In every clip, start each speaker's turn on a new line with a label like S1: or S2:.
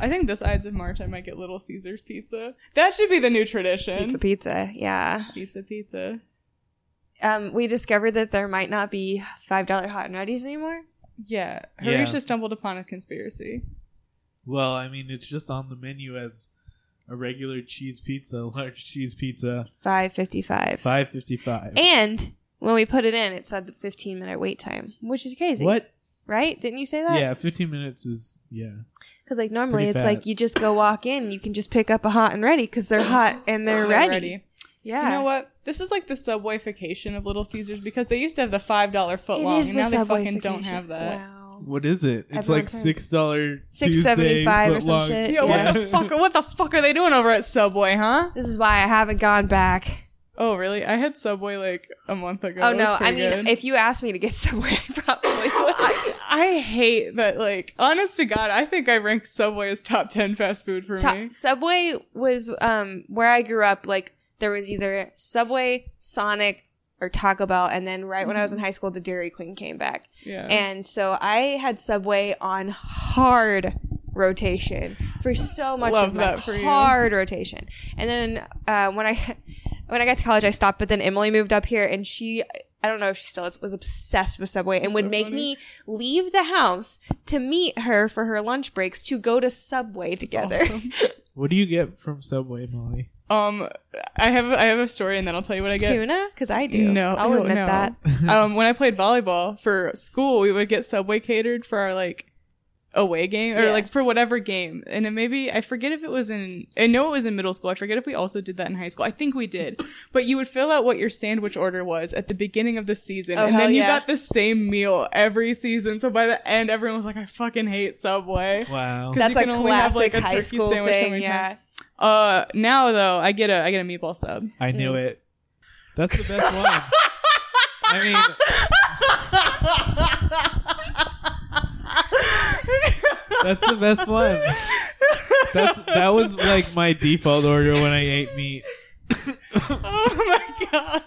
S1: I think this sides of March, I might get Little Caesars pizza. That should be the new tradition.
S2: Pizza, pizza. Yeah.
S1: pizza, pizza.
S2: Um, we discovered that there might not be five dollar hot and ready's anymore.
S1: Yeah,
S3: Yeah.
S1: Harisha stumbled upon a conspiracy.
S3: Well, I mean, it's just on the menu as a regular cheese pizza, large cheese pizza,
S2: Five fifty five.
S3: five fifty five.
S2: And when we put it in, it said the fifteen minute wait time, which is crazy.
S3: What?
S2: Right? Didn't you say that?
S3: Yeah, fifteen minutes is yeah.
S2: Because like normally
S3: Pretty
S2: it's
S3: fast.
S2: like you just go walk in, and you can just pick up a hot and ready because they're hot and they're, ready. Yeah.
S1: You know what? This is like the subwayfication of Little Caesars because they used to have the five dollar foot
S2: It
S1: long,
S2: is
S1: and
S2: the
S1: now they fucking
S2: Subway
S1: don't
S2: vacation.
S1: have that.
S2: Wow.
S3: What is it? It's
S2: Everyone
S3: like
S2: turns.
S3: six dollar,
S2: $6.75 or some shit,
S1: Yeah,
S2: Yeah.
S1: what the fuck? What the fuck are they doing over at Subway, huh?
S2: This is why I haven't gone back.
S1: Oh, really? I had Subway like a month ago.
S2: oh
S1: It was
S2: no! I
S1: pretty
S2: mean,
S1: good.
S2: if you asked me to get somewhere, I probably would.
S1: I, I hate that. Like, honest to God, I think I rank Subway as top ten fast food for me.
S2: Top, Subway was um where I grew up. Like there was either Subway, Sonic, or Taco Bell, and then right when I was in high school, the Dairy Queen came back,
S1: Mm-hmm. Yeah.
S2: and so I had Subway on hard rotation for so much
S1: Love
S2: of my
S1: that for you.
S2: hard rotation. And then uh, when I when I got to college, I stopped. But then Emily moved up here, and she. I don't know if she still is, was obsessed with Subway and would
S1: so
S2: make
S1: funny.
S2: me leave the house to meet her for her lunch breaks to go to Subway together.
S1: Awesome.
S3: What do you get from Subway, Molly?
S1: Um, I have I have a story, and then I'll tell you what I get.
S2: tuna because I do.
S1: No,
S2: I'll
S1: ew,
S2: admit
S1: no.
S2: that.
S1: um, when I played volleyball for school, we would get Subway catered for our like away game or
S2: Yeah.
S1: like for whatever game. And then maybe I forget if it was in I know it was in middle school. I forget if we also did that in high school. I think we did. But you would fill out what your sandwich order was at the beginning of the season,
S2: Oh,
S1: and
S2: hell
S1: then you
S2: yeah.
S1: got the same meal every season. So by the end, everyone was like, "I fucking hate Subway."
S3: Wow.
S1: 'Cause
S2: That's
S1: you
S2: a
S1: can only have,
S2: classic
S1: like, a
S2: high
S1: turkey
S2: school
S1: sandwich so
S2: thing.
S1: many
S2: Yeah,
S1: Uh, now though, I get a I get a meatball sub.
S3: I knew it. That's the best one. I mean, that's the best one. That's that was like my default order when I ate meat.
S1: Oh my god,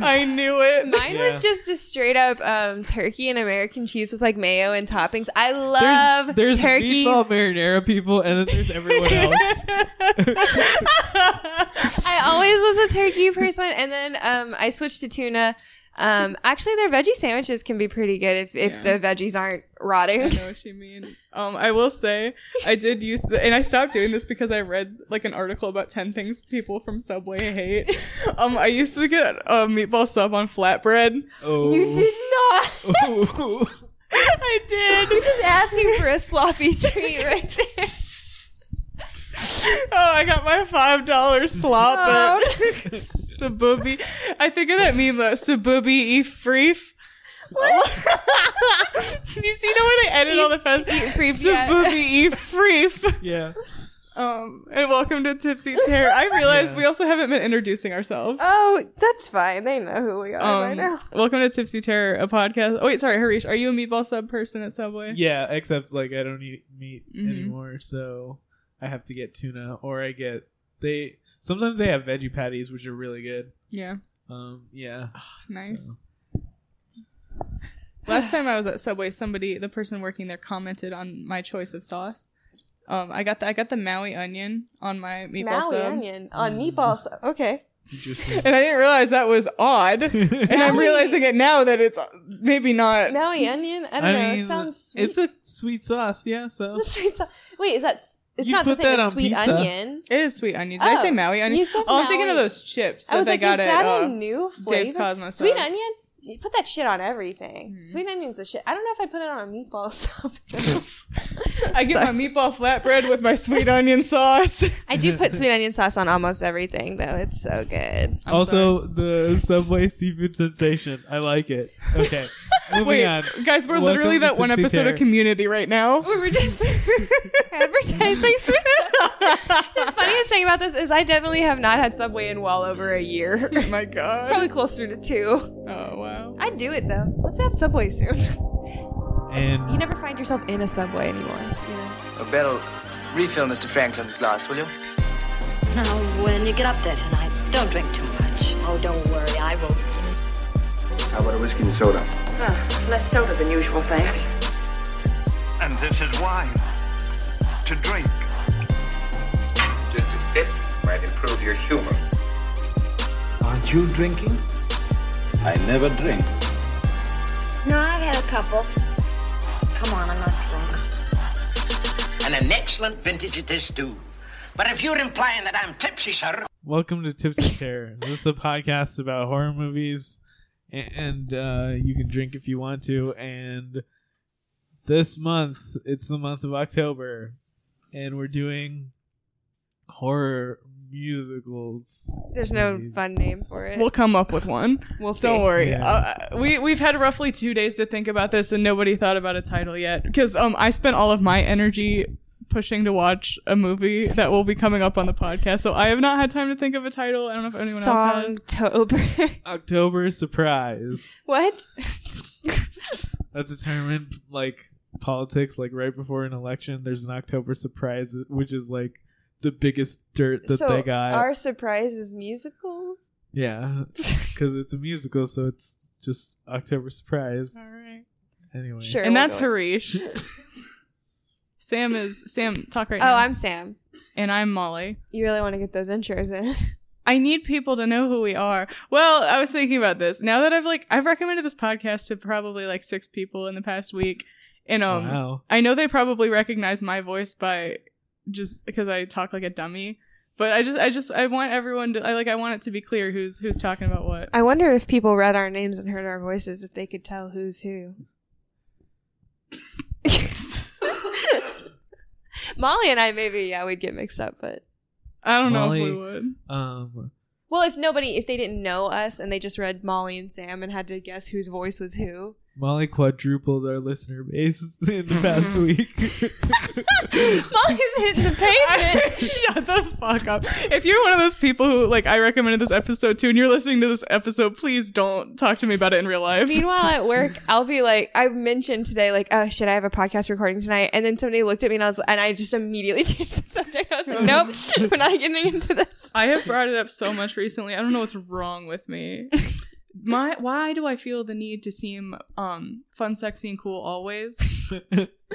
S1: I knew it.
S2: mine
S3: Yeah.
S2: was just a straight up um, turkey and American cheese with like mayo and toppings. I
S3: There's
S2: love
S3: there's
S2: Um, turkey.
S3: meatball marinara people, and then there's everyone else.
S2: I always was a turkey person, and then um, I switched to tuna. Um, actually, their veggie sandwiches can be pretty good if, if
S1: Yeah.
S2: the veggies aren't
S1: I
S2: rotting.
S1: know what you mean. Um, I will say I did use the, and I stopped doing this because I read like an article about ten things people from Subway hate. Um, I used to get a meatball sub on flatbread.
S3: Oh.
S2: You did not.
S3: Ooh.
S1: I
S2: You're
S1: did.
S2: just asking for a sloppy treat right there.
S1: Oh, I got my five dollar slop
S2: Oh.
S1: at Sububi. I think of that meme though. Sububi e freef. you see, you know where they edit all the fast.
S2: Eat freebie.
S1: Sububi e freef.
S3: Yeah.
S1: Um, and welcome to Tipsy Terror. I realized
S3: Yeah.
S1: we also haven't been introducing ourselves.
S2: Oh, that's fine. They Oh, know who we are by
S1: Um,
S2: now.
S1: welcome to Tipsy Terror, a podcast. Oh wait, sorry, Harish, are you a meatball sub person at Subway?
S3: Yeah, except like I don't eat meat
S2: Mm-hmm.
S1: Mhm.
S3: anymore, so I have to get tuna or I get they sometimes they have veggie patties which are really good.
S1: Yeah,
S3: Um yeah.
S1: nice.
S3: so.
S1: Last time I was at Subway, somebody, the person working there, commented on my choice of sauce. Um, I got the I got the Maui onion on my meatball
S2: Maui
S1: sub,
S2: onion on
S3: Mm.
S2: meatball sub. Okay.
S3: Interesting.
S1: and I didn't realize that was odd. And I'm
S2: Maui-
S1: realizing it now that it's uh, maybe not.
S2: Maui onion? I don't know. it sounds sweet.
S3: It's a sweet sauce, yeah, so
S2: It's a sweet sauce. Wait, is that. s- It's
S3: You
S2: not the
S3: put
S2: same as
S3: that on
S2: sweet
S3: pizza.
S2: onion.
S1: It is sweet onion. Did I say
S2: Oh,
S1: Maui onion?
S2: you said
S1: oh, I'm thinking of
S2: Maui.
S1: those chips that
S2: I was
S1: they
S2: like,
S1: got
S2: is
S1: at
S2: that
S1: uh,
S2: a new flavor?
S1: Dave's Cosmo Subs.
S2: Sweet onion? You put that shit on everything.
S1: Mhm.
S2: Sweet onion's the shit. I don't know if I'd put it on a meatball sub.
S1: I get my meatball flatbread with my sweet onion sauce.
S2: I do put sweet onion sauce on almost everything, though. It's so good.
S1: I'm
S3: also the Subway seafood sensation. I like it. Okay. Moving
S1: Wait,
S3: on.
S1: guys, we're
S3: Welcome
S1: literally
S3: to
S1: that one
S3: Tipsy
S1: episode
S3: Terror.
S1: of Community right now.
S2: We were just advertising for The funniest thing about this is I definitely have not had Subway in well over a year.
S1: Oh my god.
S2: Probably closer to two.
S1: Oh wow.
S2: I'd do it though. Let's have Subway soon.
S3: And
S2: You never find yourself in a Subway anymore.
S4: A Bell, refill Mr. Franklin's glass, will you?
S5: Now, when you get up there tonight, don't drink too much. Oh, don't worry, I won't.
S4: How about a whiskey and soda?
S6: Less soda than usual, thanks.
S7: And this is wine to drink.
S6: you drinking? I never drink.
S5: No, I've had a couple. Come on, I'm not drunk.
S4: And an excellent vintage it is, too. But if you're implying that I'm tipsy, sir,
S3: Welcome to Tipsy Terror. this is a podcast about horror movies, a- and uh, you can drink if you want to. And this month, it's the month of October, and we're doing horror musicals.
S2: There's no
S3: Movies.
S2: fun name for it.
S1: We'll come up with one.
S2: We'll see.
S1: Don't worry.
S3: Yeah.
S1: Uh, we we've had roughly two days to think about this, and nobody thought about a title yet because um I spent all of my energy pushing to watch a movie that will be coming up on the podcast, so I have not had time to think of a title. I don't know if anyone else has.
S2: Songtober.
S3: October surprise.
S2: what?
S3: That's a term in like politics. Like right before an election, there's an October surprise, which is like the biggest dirt that
S2: so
S3: they got.
S2: our surprise is musicals.
S3: Yeah, because it's a musical, so it's just October surprise.
S1: All right.
S3: Anyway,
S2: Sure.
S1: And
S2: we'll
S1: that's
S2: go with-
S1: Harish. Sam is Sam. Talk right now.
S2: Oh, I'm Sam.
S1: and I'm Molly.
S2: You really want to get those intros in?
S1: I need people to know who we are. Well, I was thinking about this. Now that I've like I've recommended this podcast to probably like six people in the past week. And um
S3: wow.
S1: I know they probably recognize my voice by just because I talk like a dummy. But I just I just I want everyone to I like I want it to be clear who's who's talking about what.
S2: I wonder if people read our names and heard our voices, if they could tell who's who. Molly and I, maybe, yeah, we'd get mixed up, but.
S1: I don't know if
S3: Molly-
S1: we would.
S3: Um,
S2: Well, if nobody, if they didn't know us and they just read Molly and Sam and had to guess whose voice was who.
S3: Molly quadrupled our listener base in the past week.
S2: Molly's hitting the pavement.
S1: Shut the fuck up. If you're one of those people who like I recommended this episode to and you're listening to this episode, please don't talk to me about it in real life.
S2: Meanwhile, at work, I'll be like, I mentioned today, like, oh, should I have a podcast recording tonight? And then somebody looked at me and I was, and I just immediately changed the subject. I was like, nope, we're not getting into this.
S1: I have brought it up so much recently. I don't know what's wrong with me. My why do I feel the need to seem um fun, sexy, and cool always?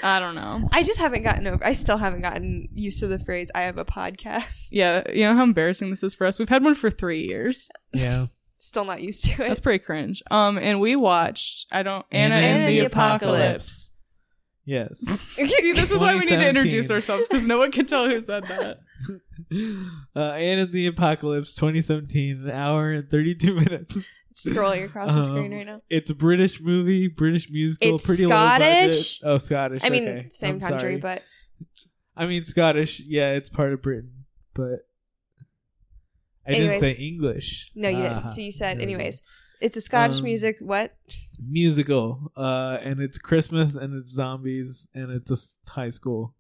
S1: I don't know.
S2: I just haven't gotten over. I still haven't gotten used to the phrase "I have a podcast."
S1: Yeah, you know how embarrassing this is for us. We've had one for three years.
S3: yeah,
S2: Still not used to
S1: That's
S2: it.
S1: pretty cringe. Um, and we watched I don't Anna,
S3: Anna
S1: and,
S2: and
S1: the,
S2: the
S1: Apocalypse.
S3: yes.
S1: See, this is why we need to
S3: 2017.
S1: introduce ourselves because no one can tell who said that.
S3: Uh, and in the apocalypse, 2017, an hour and 32 minutes.
S2: Scrolling across the screen
S3: Um,
S2: right now.
S3: It's a British movie, British musical,
S2: It's
S3: pretty low
S2: Scottish.
S3: budget. Oh, Scottish.
S2: I mean,
S3: okay.
S2: same
S3: I'm
S2: country,
S3: sorry.
S2: but
S3: I mean, Scottish. Yeah, it's part of Britain, but I
S2: Anyways.
S3: didn't say English.
S2: Uh-huh. no, you
S3: Ah,
S2: didn't. So you said,
S3: there we go.
S2: anyways, it's a Scottish
S3: Um,
S2: music. What?
S3: musical, uh, and it's Christmas, and it's zombies, and it's a s- high school.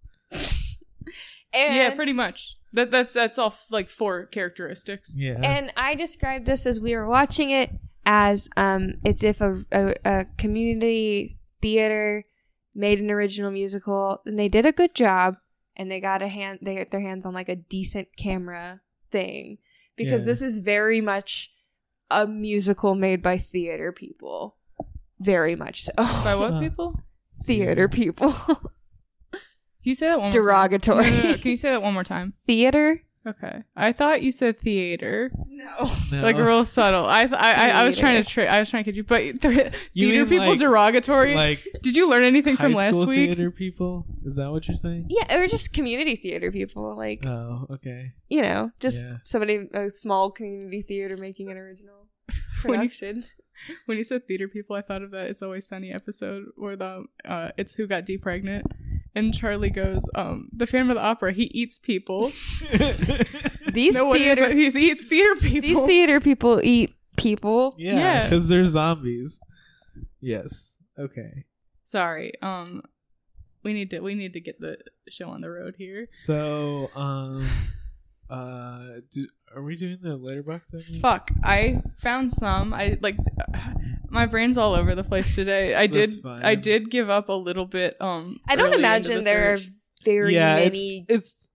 S2: And,
S1: yeah, pretty much. That that's that's all like four characteristics.
S3: Yeah,
S2: And I described this as we were watching it as um, it's if a, a, a community theater made an original musical, and they did a good job, and they got a hand they got their hands on like a decent camera thing because
S3: Yeah.
S2: this is very much a musical made by theater people, very much so
S1: By what
S3: Huh.
S1: people?
S2: theater people
S1: Can you say that one more time?
S2: derogatory
S1: No, no, no. Can you say that one more time?
S2: theater.
S1: Okay, I thought you said theater,
S2: No,
S3: No.
S1: like real subtle. I th- I, I, I was trying to
S2: Theater.
S1: tra- I was trying to kid you, but th-
S3: You
S1: theater
S3: mean,
S1: people
S3: like-
S1: derogatory.
S3: like
S1: Did you learn anything
S3: high
S1: from last
S3: school
S1: week?
S3: theater people. Is that what you're saying?
S2: yeah, or just community theater people like.
S3: Oh, okay.
S2: you know, just
S3: Yeah.
S2: somebody a small community theater making an original
S1: When you-
S2: production.
S1: When you said theater people, I thought of that "It's Always Sunny" episode where the uh, it's who got deep pregnant, and Charlie goes, um, the fan of the opera. He eats people.
S2: these
S1: no one
S2: theater
S1: is- he's- he eats theater people.
S2: these theater people eat people.
S3: yeah,
S1: Yeah.
S3: because they're zombies. Yes. Okay.
S1: Sorry, um, we need to we need to get the show on the road here.
S3: So, um, uh, do, are we doing the letterbox segment?
S1: Fuck, I found some. I like my brain's all over the place today. I
S3: That's
S1: did
S3: fine.
S1: I did give up a little bit um
S2: I don't
S1: early into
S2: imagine
S1: the
S2: there
S1: search.
S2: are very
S3: yeah, it's-
S2: many
S3: it's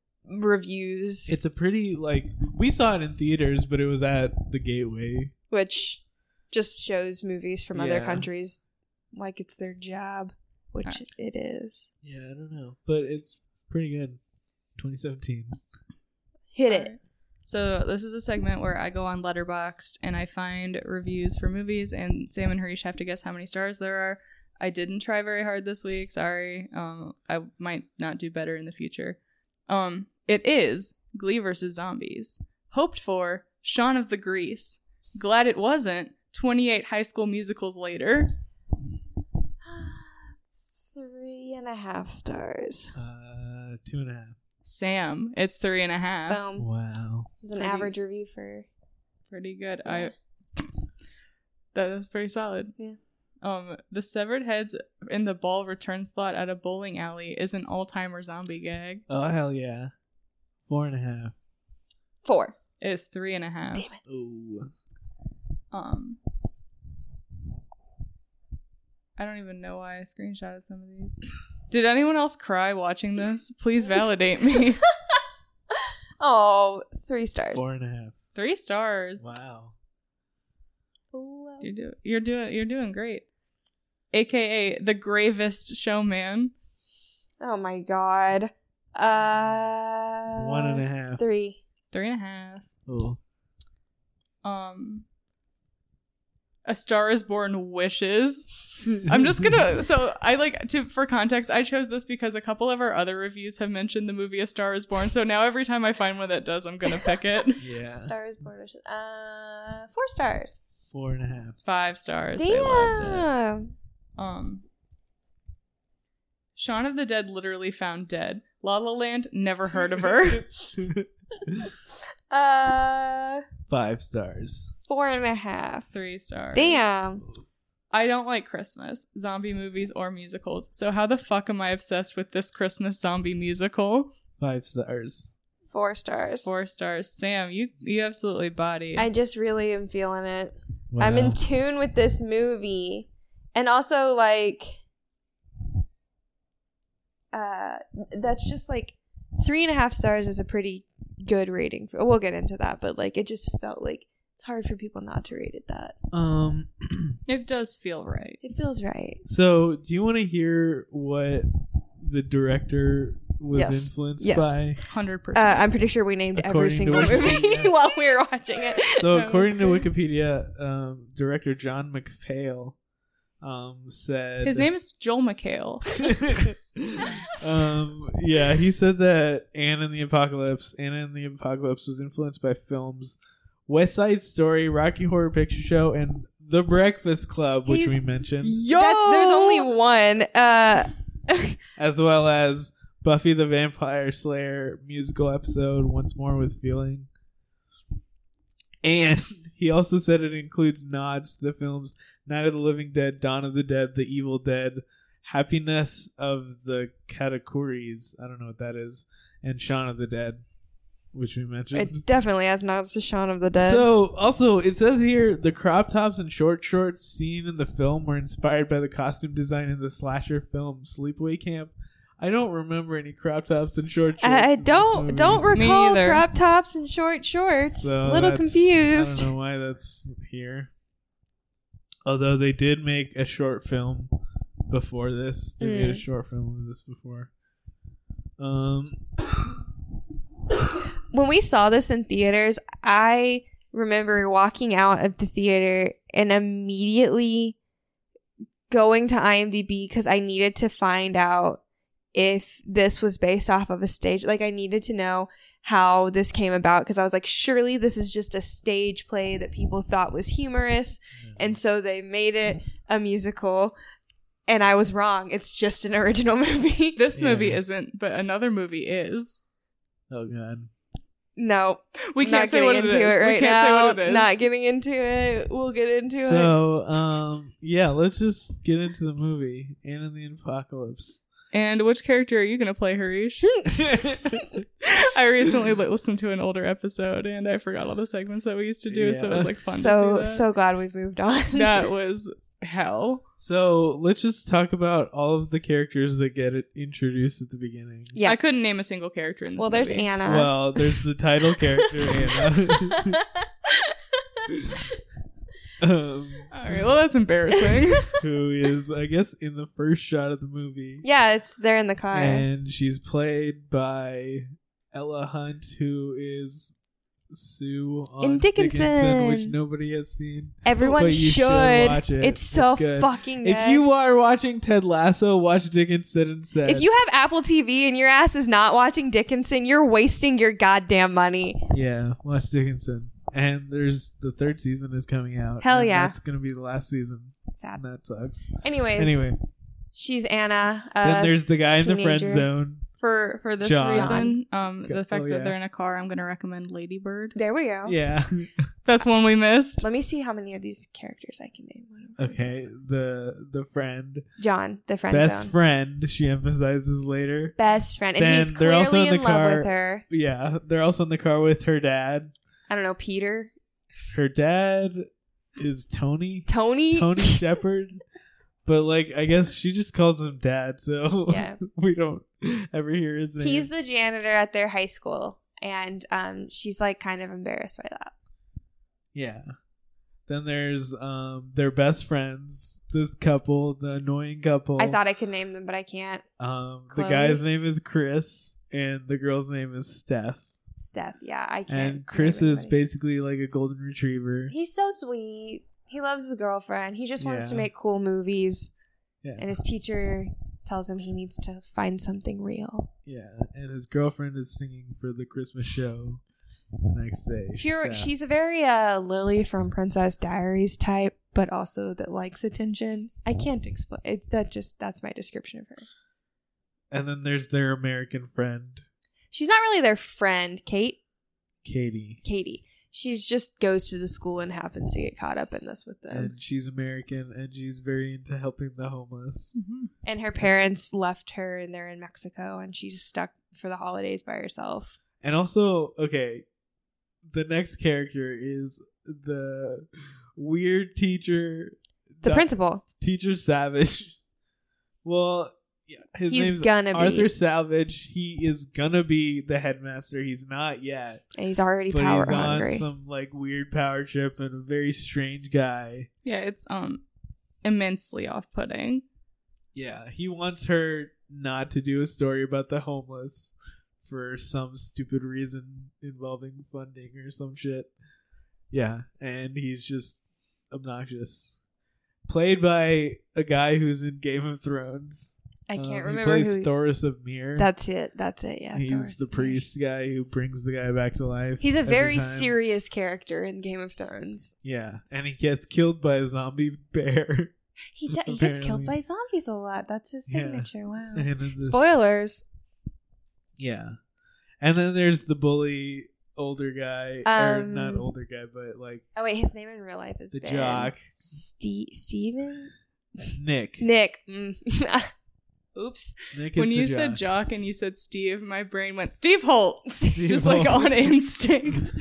S2: reviews,
S3: It's a pretty like we saw it in theaters, but it was at the Gateway.
S2: which just shows movies from other
S3: Yeah.
S2: countries like it's their job, which
S1: Alright.
S2: it is.
S3: Yeah, I don't know, but it's pretty good. 2017.
S2: Hit it.
S1: So this is a segment where I go on Letterboxd and I find reviews for movies, and Sam and Harish have to guess how many stars there are. I didn't try very hard this week. Sorry. Um, I might not do better in the future. Um, it is Glee versus Zombies. Hoped for Shaun of the Grease. Glad it wasn't. Twenty eight High School Musicals later.
S2: Three and a half stars.
S3: Uh, two and a half.
S1: Sam, it's three and a half.
S2: Boom.
S3: Wow.
S2: It's an
S1: Pretty-
S2: average review for
S1: pretty good. I that is pretty solid.
S2: Yeah.
S1: Um, the severed heads in the ball return slot at a bowling alley is an all-timer zombie gag.
S3: Oh hell yeah. Four and a half.
S2: four.
S1: It is three and a half.
S2: Damn it.
S3: Ooh.
S1: Um, I don't even know why I screenshotted some of these. Did anyone else cry watching this? Please validate me.
S2: Oh, three stars.
S3: Four and a half.
S1: Three stars.
S3: Wow.
S2: Wow.
S1: You're do- you're doing you're doing great. AKA the gravest showman.
S2: Oh my god. Uh,
S3: One and a half.
S2: Three.
S1: Three and a half.
S3: Ooh.
S1: um a star is born wishes i'm just gonna so i like to for context i chose this because a couple of our other reviews have mentioned the movie a star is born so now every time i find one that does i'm gonna pick it
S3: Yeah.
S2: Stars born wishes. Uh, four stars.
S3: Four and a half.
S1: five stars they loved it
S2: Damn.
S1: um Shaun of the Dead literally found dead. La La Land never heard of her.
S2: Uh,
S3: Five stars.
S2: four and a half.
S1: Three stars.
S2: Damn.
S1: I don't like Christmas, zombie movies, or musicals. So how the fuck am I obsessed with this Christmas zombie musical?
S3: Five stars.
S2: Four stars.
S1: Four stars. Sam, you you absolutely body.
S2: I just really am feeling it.
S3: Wow.
S2: I'm in tune with this movie. And also like uh that's just like three and a half stars is a pretty good rating for we'll get into that, but like it just felt like it's hard for people not to rate it that.
S3: um.
S1: it does feel right.
S2: It feels right.
S3: So, do you want to hear what the director was
S2: Yes.
S3: influenced
S2: Yes.
S3: by?
S1: Hundred
S2: Uh,
S1: percent.
S2: I'm pretty sure we named every
S3: According to
S2: single movie
S3: Wikipedia.
S2: while we were watching it.
S3: So,
S1: That
S3: according to
S1: was-
S3: Wikipedia, um, director John McPhail um, said
S1: His name is Joel McHale.
S3: um, yeah, he said that Anna and the Apocalypse, Anna and the Apocalypse was influenced by films West Side Story, Rocky Horror Picture Show, and The Breakfast Club, which
S2: He's-
S3: we mentioned,
S1: Yo,
S2: That- there's only one. Uh
S3: as well as Buffy the Vampire Slayer musical episode, Once More with Feeling. And he also said it includes nods to the films Night of the Living Dead, Dawn of the Dead, The Evil Dead, Happiness of the Katakuris, I don't know what that is, and Shaun of the Dead, which we mentioned.
S2: it definitely has nods to Shaun of the Dead.
S3: So, also, it says here the crop tops and short shorts seen in the film were inspired by the costume design in the slasher film Sleepaway Camp. I don't remember any crop tops and short shorts.
S2: I I
S3: in this movie.
S2: don't don't recall
S1: either.
S2: crop tops and short shorts. a
S3: So
S2: Little
S3: that's- I
S2: confused.
S3: don't know why that's here. Although they did make a short film before this. They made a
S2: Mm.
S3: short film of this before. Um, oh,
S2: When we saw this in theaters, I remember walking out of the theater and immediately going to IMDb because I needed to find out if this was based off of a stage. Like I needed to know how this came about because I was like, surely this is just a stage play that people thought was humorous, and so they made it a musical. And I was wrong. It's just an original movie.
S1: This
S3: Yeah.
S1: movie isn't, but another movie is.
S3: oh god.
S2: no,
S1: We
S2: not
S1: can't say
S2: getting
S1: what it is.
S2: into it right
S1: we can't
S2: now.
S1: say what it is.
S2: Not getting into it. We'll get into it.
S3: So, um, yeah, let's just get into the movie and in the apocalypse.
S1: and which character are you gonna play, Harish? I recently li- listened to an older episode and I forgot all the segments that we used to do, so it was
S3: Yeah.
S1: like fun.
S2: So
S1: to see that.
S2: so glad we've moved on.
S1: that was hell.
S3: So let's just talk about all of the characters that get it introduced at the beginning.
S2: yeah.
S1: I couldn't name a single character in this.
S2: well, there's
S1: movie.
S2: Anna.
S3: Well, there's the title character Anna. um,
S1: All right, well that's embarrassing.
S3: who is, I guess, in the first shot of the movie,
S2: yeah, it's they're in the car.
S3: and she's played by Ella Hunt, who is Sue on
S2: In
S3: Dickinson.
S2: Dickinson.
S3: which nobody has seen.
S2: Everyone
S3: But
S2: should.
S3: you should watch it.
S2: It's so
S3: It's good.
S2: fucking good.
S3: If you are watching Ted Lasso, watch Dickinson instead.
S2: if you have Apple TV and your ass is not watching Dickinson, you're wasting your goddamn money.
S3: yeah, watch Dickinson. And there's the third season is coming out.
S2: Hell
S3: and
S2: yeah.
S3: that's gonna be the last season.
S2: Sad.
S3: And that sucks.
S2: Anyways,
S3: Anyway,
S2: she's Anna.
S3: then
S2: Uh,
S3: there's the guy in the friend
S2: teenager.
S3: zone.
S1: for for this
S3: John.
S1: reason, um, the
S3: Go-
S1: fact
S3: oh,
S1: that
S3: yeah.
S1: they're in a car, I'm gonna recommend Ladybird.
S2: there we go.
S3: Yeah.
S1: That's one we missed.
S2: Let me see how many of these characters I can name.
S3: okay. The the friend,
S2: John, the friend
S3: best
S2: zone.
S3: friend. She emphasizes later.
S2: Best friend. And
S3: Then
S2: he's
S3: they're
S2: clearly
S3: also in
S2: in,
S3: the
S2: love
S3: car.
S2: with her.
S3: Yeah, they're also in the car with her dad.
S2: I don't know, Peter.
S3: Her dad is Tony.
S2: Tony?
S3: Tony Shepard. But like, I guess she just calls him dad, so
S2: Yeah.
S3: we don't ever hear his name.
S2: He's the janitor at their high school. And um, she's like kind of embarrassed by that.
S3: yeah. Then there's um their best friends. This couple, the annoying couple.
S2: I thought I could name them, but I can't.
S3: um
S2: Chloe.
S3: the guy's name is Chris and the girl's name is Steph.
S2: Steph, yeah, I can't. name
S3: And Chris is
S2: anybody.
S3: basically like a golden retriever.
S2: He's so sweet. He loves his girlfriend. He just wants to
S3: Yeah.
S2: make cool movies.
S3: Yeah.
S2: And his teacher tells him he needs to find something real.
S3: Yeah, and his girlfriend is singing for the Christmas show the next day.
S2: Here,
S3: Steph.
S2: she's a very uh, Lily from Princess Diaries type, but also that likes attention. I
S3: Oh.
S2: can't explain. It's that just that's my description of her.
S3: and then there's their American friend,
S2: She's not really their friend, Kate.
S3: Katie.
S2: Katie. She's just goes to the school and happens to get caught up in this with them.
S3: And she's American and she's very into helping the
S2: Hmm.
S3: homeless.
S1: Mhm.
S2: and her parents left her and they're in Mexico and she's stuck for the holidays by herself.
S3: And also, okay, the next character is the weird teacher
S2: The
S3: doc-
S2: principal.
S3: teacher Savage. Well, yeah, his
S2: He's
S3: name's
S2: gonna be.
S3: Arthur Savage. He is gonna be the headmaster. He's not yet.
S2: And he's already
S3: But
S2: power
S3: he's on
S2: hungry.
S3: some like weird power trip and a very strange guy.
S1: Yeah, it's um immensely off-putting.
S3: Yeah, he wants her not to do a story about the homeless for some stupid reason involving funding or some shit. Yeah, and he's just obnoxious. Played by a guy who's in Game of Thrones.
S2: I can't
S3: Um,
S2: remember
S3: He plays
S2: who.
S3: Thoris of Mir.
S2: that's it. That's it. Yeah.
S3: he's
S2: Thoris.
S3: the priest guy who brings the guy back to life.
S2: He's a
S3: every
S2: very
S3: time.
S2: serious character in Game of Thrones.
S3: Yeah, and he gets killed by a zombie bear.
S2: He de- he gets killed
S3: Apparently.
S2: by zombies a lot. That's his
S3: Yeah.
S2: signature. Wow.
S3: And in this-
S2: Spoilers.
S3: Yeah. And then there's the bully older guy. or
S2: Um,
S3: not older guy, but like
S2: Oh wait, his name in real life is
S3: the
S2: ben.
S3: jock.
S2: Ste- Steven?
S3: Nick.
S2: Nick. Mm. Oops.
S3: Nick is
S1: When
S3: the
S1: you
S3: jock.
S1: said Jock and you said Steve, my brain went Steve Holt,
S3: Steve
S1: just like
S3: Holt.
S1: on instinct.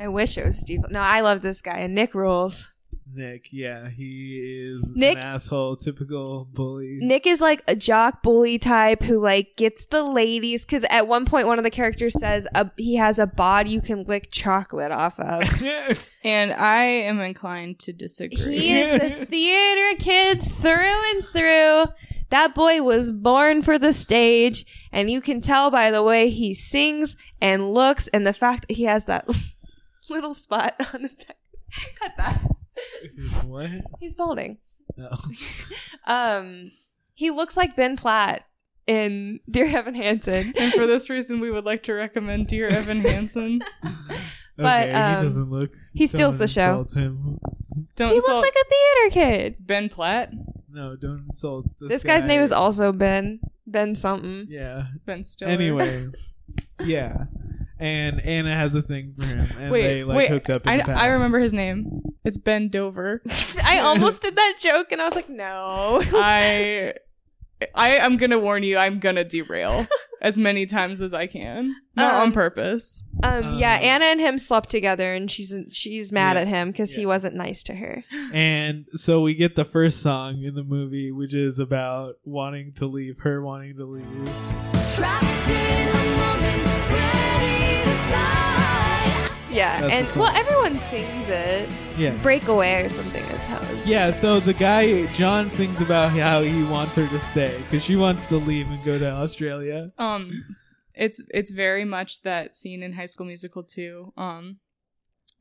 S2: I wish it was Steve. No, I love this guy and Nick rules.
S3: Nick, yeah. He is
S2: Nick-
S3: an asshole, typical bully.
S2: Nick is like a jock bully type who like gets the ladies because at one point one of the characters says uh, he has a bod you can lick chocolate off of.
S1: And I am inclined to disagree.
S2: he is a theater kid through and through. That boy was born for the stage, and you can tell by the way he sings and looks, and the fact that he has that little spot on the back. Cut that.
S3: what?
S2: He's balding.
S3: No.
S2: Um, he looks like Ben Platt in Dear Evan Hansen.
S1: and for this reason, we would like to recommend Dear Evan Hansen.
S2: But,
S3: okay,
S2: um,
S3: he doesn't look.
S2: he steals
S3: don't
S2: the show.
S3: insult him.
S1: Don't
S3: Oh,
S2: He looks
S1: insult
S2: like a theater kid.
S1: Ben Platt,
S3: No, don't insult this,
S2: This
S3: guy.
S2: guy's name is also Ben. Ben something.
S3: Yeah.
S1: Ben Stiller.
S3: Anyway. yeah. And Anna has a thing for him, and
S1: wait,
S3: they like
S1: wait,
S3: hooked up. In
S1: I,
S3: the past.
S1: I remember his name. It's Ben Dover.
S2: I almost did that joke and I was like, no.
S1: I I am gonna warn you. I'm gonna derail as many times as I can, not
S2: Um,
S1: on purpose.
S2: Um, yeah,
S3: Um,
S2: Anna and him slept together and she's she's mad
S3: Yeah,
S2: at him because he
S3: yeah.
S2: wasn't nice to her.
S3: And so we get the first song in the movie, which is about wanting to leave, her wanting to leave.
S2: Yeah,
S3: That's
S2: and
S3: the song.
S2: well, everyone sings it.
S3: Yeah.
S2: Breakaway or something is how it's.
S3: Yeah, so the guy, John, sings about how he wants her to stay because she wants to leave and go to Australia.
S1: Um, it's it's very much that scene in High School Musical too. Um,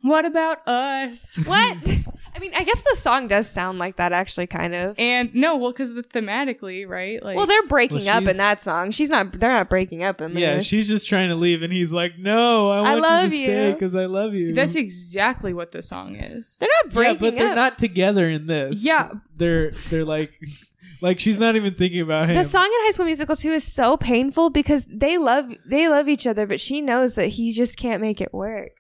S1: what about us?
S2: What? I mean, I guess the song does sound like that, actually, kind of.
S1: And no, well, because the thematically, right? Like,
S2: Well, they're breaking
S3: Well,
S2: up
S3: she's-
S2: in that song. She's not. They're not breaking up in
S3: Yeah,
S2: this.
S3: she's just trying to leave, and he's like, "No, I,
S2: I
S3: want
S2: love
S3: you to
S2: you."
S3: stay because I love you."
S1: that's exactly what the song is.
S2: they're not
S3: yeah,
S2: breaking
S3: but they're
S2: up.
S3: not together in this.
S1: Yeah.
S3: they're they're like, like she's not even thinking about him.
S2: the song in High School Musical 2 is so painful because they love they love each other, but she knows that he just can't make it work.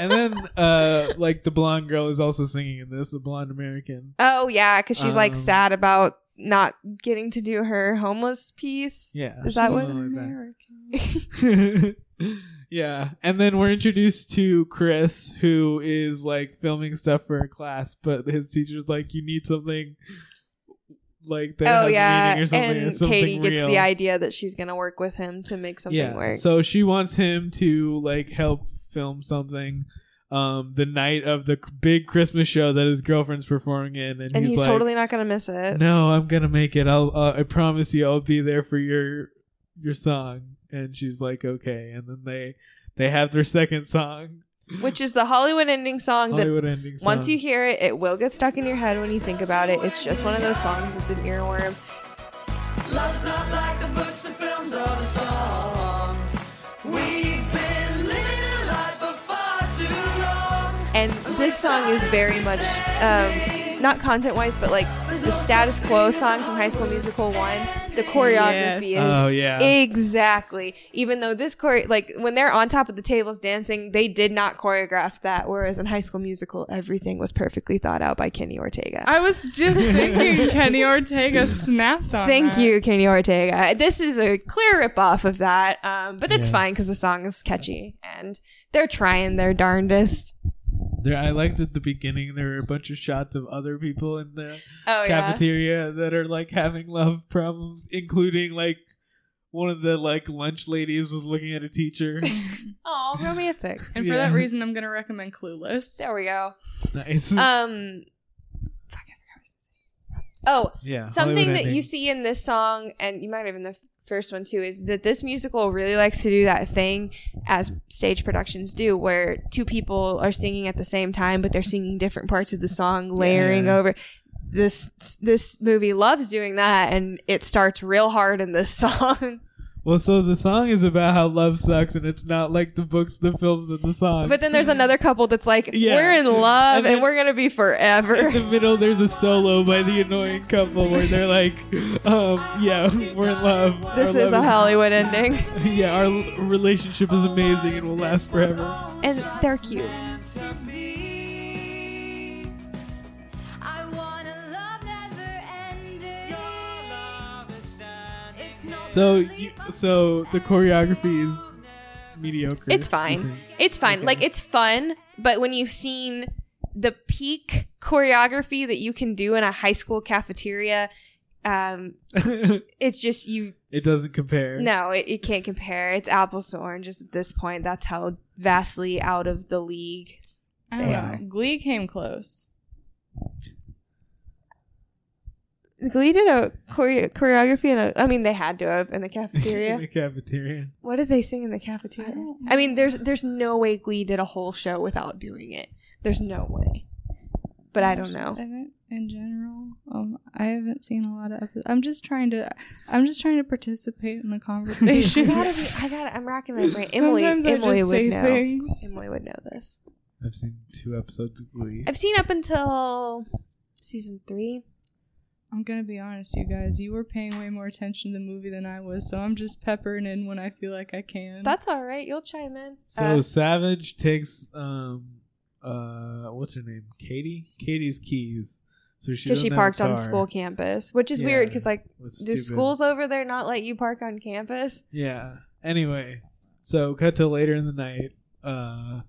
S3: and then, uh, like the blonde girl is also singing in this, the blonde American.
S2: Oh yeah, because she's like
S3: Um,
S2: sad about not getting to do her homeless piece.
S3: Yeah,
S2: Is that
S3: she's
S2: what- Oh,
S3: something like that.
S1: American.
S3: yeah. And then we're introduced to Chris, who is like filming stuff for a class, but his teacher's like, you need something like that.
S2: oh
S3: has
S2: yeah,
S3: meaning or something, or
S2: and
S3: something
S2: Katie gets
S3: real."
S2: the idea that she's gonna work with him to make something
S3: yeah.
S2: work.
S3: So she wants him to like help film something. Um, the night of the c- big Christmas show that his girlfriend's performing in, and,
S2: and he's,
S3: like,
S2: totally not gonna miss it.
S3: "No, I'm gonna make it. I'll, uh, I promise you, I'll be there for your your song." And she's like, "Okay." And then they they have their second song,
S2: Which is the Hollywood ending song that
S3: Hollywood ending song.
S2: once you hear it, it will get stuck in your head when you think about it. It's just one of those songs that's an earworm.
S7: Love's not like the books, the films, or the songs. We've been living a life for far too long.
S2: And this song is very much, um, not content wise, but like the status quo song from High School Musical 1. The choreography
S1: Yes.
S2: is
S3: oh yeah,
S2: exactly. Even though this chore, like when they're on top of the tables dancing, they did not choreograph that. Whereas in High School Musical, everything was perfectly thought out by Kenny Ortega.
S1: I was just thinking Kenny Ortega snapped on.
S2: Thank
S1: that.
S2: you, Kenny Ortega. This is a clear ripoff of that, um, but it's
S3: Yeah.
S2: fine because the song is catchy and they're trying their darndest.
S3: there, I liked at the beginning there were a bunch of shots of other people in the
S2: Oh yeah.
S3: cafeteria that are like having love problems, including like one of the like lunch ladies was looking at a teacher.
S2: Oh, romantic.
S1: And for
S3: Yeah.
S1: that reason, I'm gonna recommend Clueless.
S2: There we go.
S3: nice.
S2: Um, fuck, I forgot what I was gonna say. Oh,
S3: yeah.
S2: something
S3: Uh, Hollywood
S2: that you
S3: ending.
S2: see in this song, and you might have in the f- first one too, is that this musical really likes to do that thing as stage productions do, where two people are singing at the same time, but they're singing different parts of the song, layering
S3: Yeah.
S2: over. This this movie loves doing that, and it starts real hard in this song.
S3: Well, so the song is about how love sucks, and it's not like the books, the films, and the songs.
S2: but then there's another couple that's like,
S3: Yeah.
S2: "We're in love,
S3: And
S2: and,
S3: then-
S2: we're gonna be
S3: in
S2: forever."
S3: the middle, there's a solo by the annoying couple where they're like, um, "Yeah, we're in love. Our
S2: This is a
S3: love
S2: Hollywood ending,
S3: is- Yeah, our l- relationship is amazing and will last forever."
S2: and they're cute.
S7: I want a love never ending. It's no
S3: So, you, so the choreography is mediocre.
S2: It's fine. It's fine.
S3: Mm-hmm. Okay.
S2: Like it's fun, but when you've seen the peak choreography that you can do in a high school cafeteria, um,
S3: it
S2: it's just you.
S3: doesn't compare.
S2: No, it, it can't compare. It's apples to oranges at this point. That's how vastly out of the league.
S1: I don't
S2: They
S1: know.
S2: are.
S1: Um, Glee came close.
S2: Glee did a chore- choreography, and a, I mean they had to have in the
S3: in the
S2: cafeteria.
S3: cafeteria.
S2: what did they sing in the cafeteria? I mean, there's there's no way Glee did a whole show without doing it. There's no way. But I don't know.
S1: haven't- in general, um, I haven't seen a lot of episodes. I'm just trying to, I'm just trying to participate in the
S2: I
S1: conversation.
S2: gotta be. I gotta. I'm racking my brain. Emily.
S1: Sometimes I
S2: Emily
S1: just
S2: would
S1: say
S2: know.
S1: things.
S2: Emily would know this.
S3: I've seen two episodes of Glee.
S2: I've seen up until season three.
S1: I'm gonna be honest, you guys. You were paying way more attention to the movie than I was, so I'm just peppering in when I feel like I can.
S2: That's all right. You'll chime in.
S3: So
S2: Uh,
S3: Savage takes um uh what's her name? Katie? Katie's keys. So she
S2: because she
S3: doesn't have a
S2: parked on
S3: car.
S2: school campus, which is
S3: Yeah.
S2: weird. Because like,
S3: That's
S2: do
S3: stupid.
S2: schools over there not let you park on campus?
S3: Yeah. Anyway, so cut to later in the night. Uh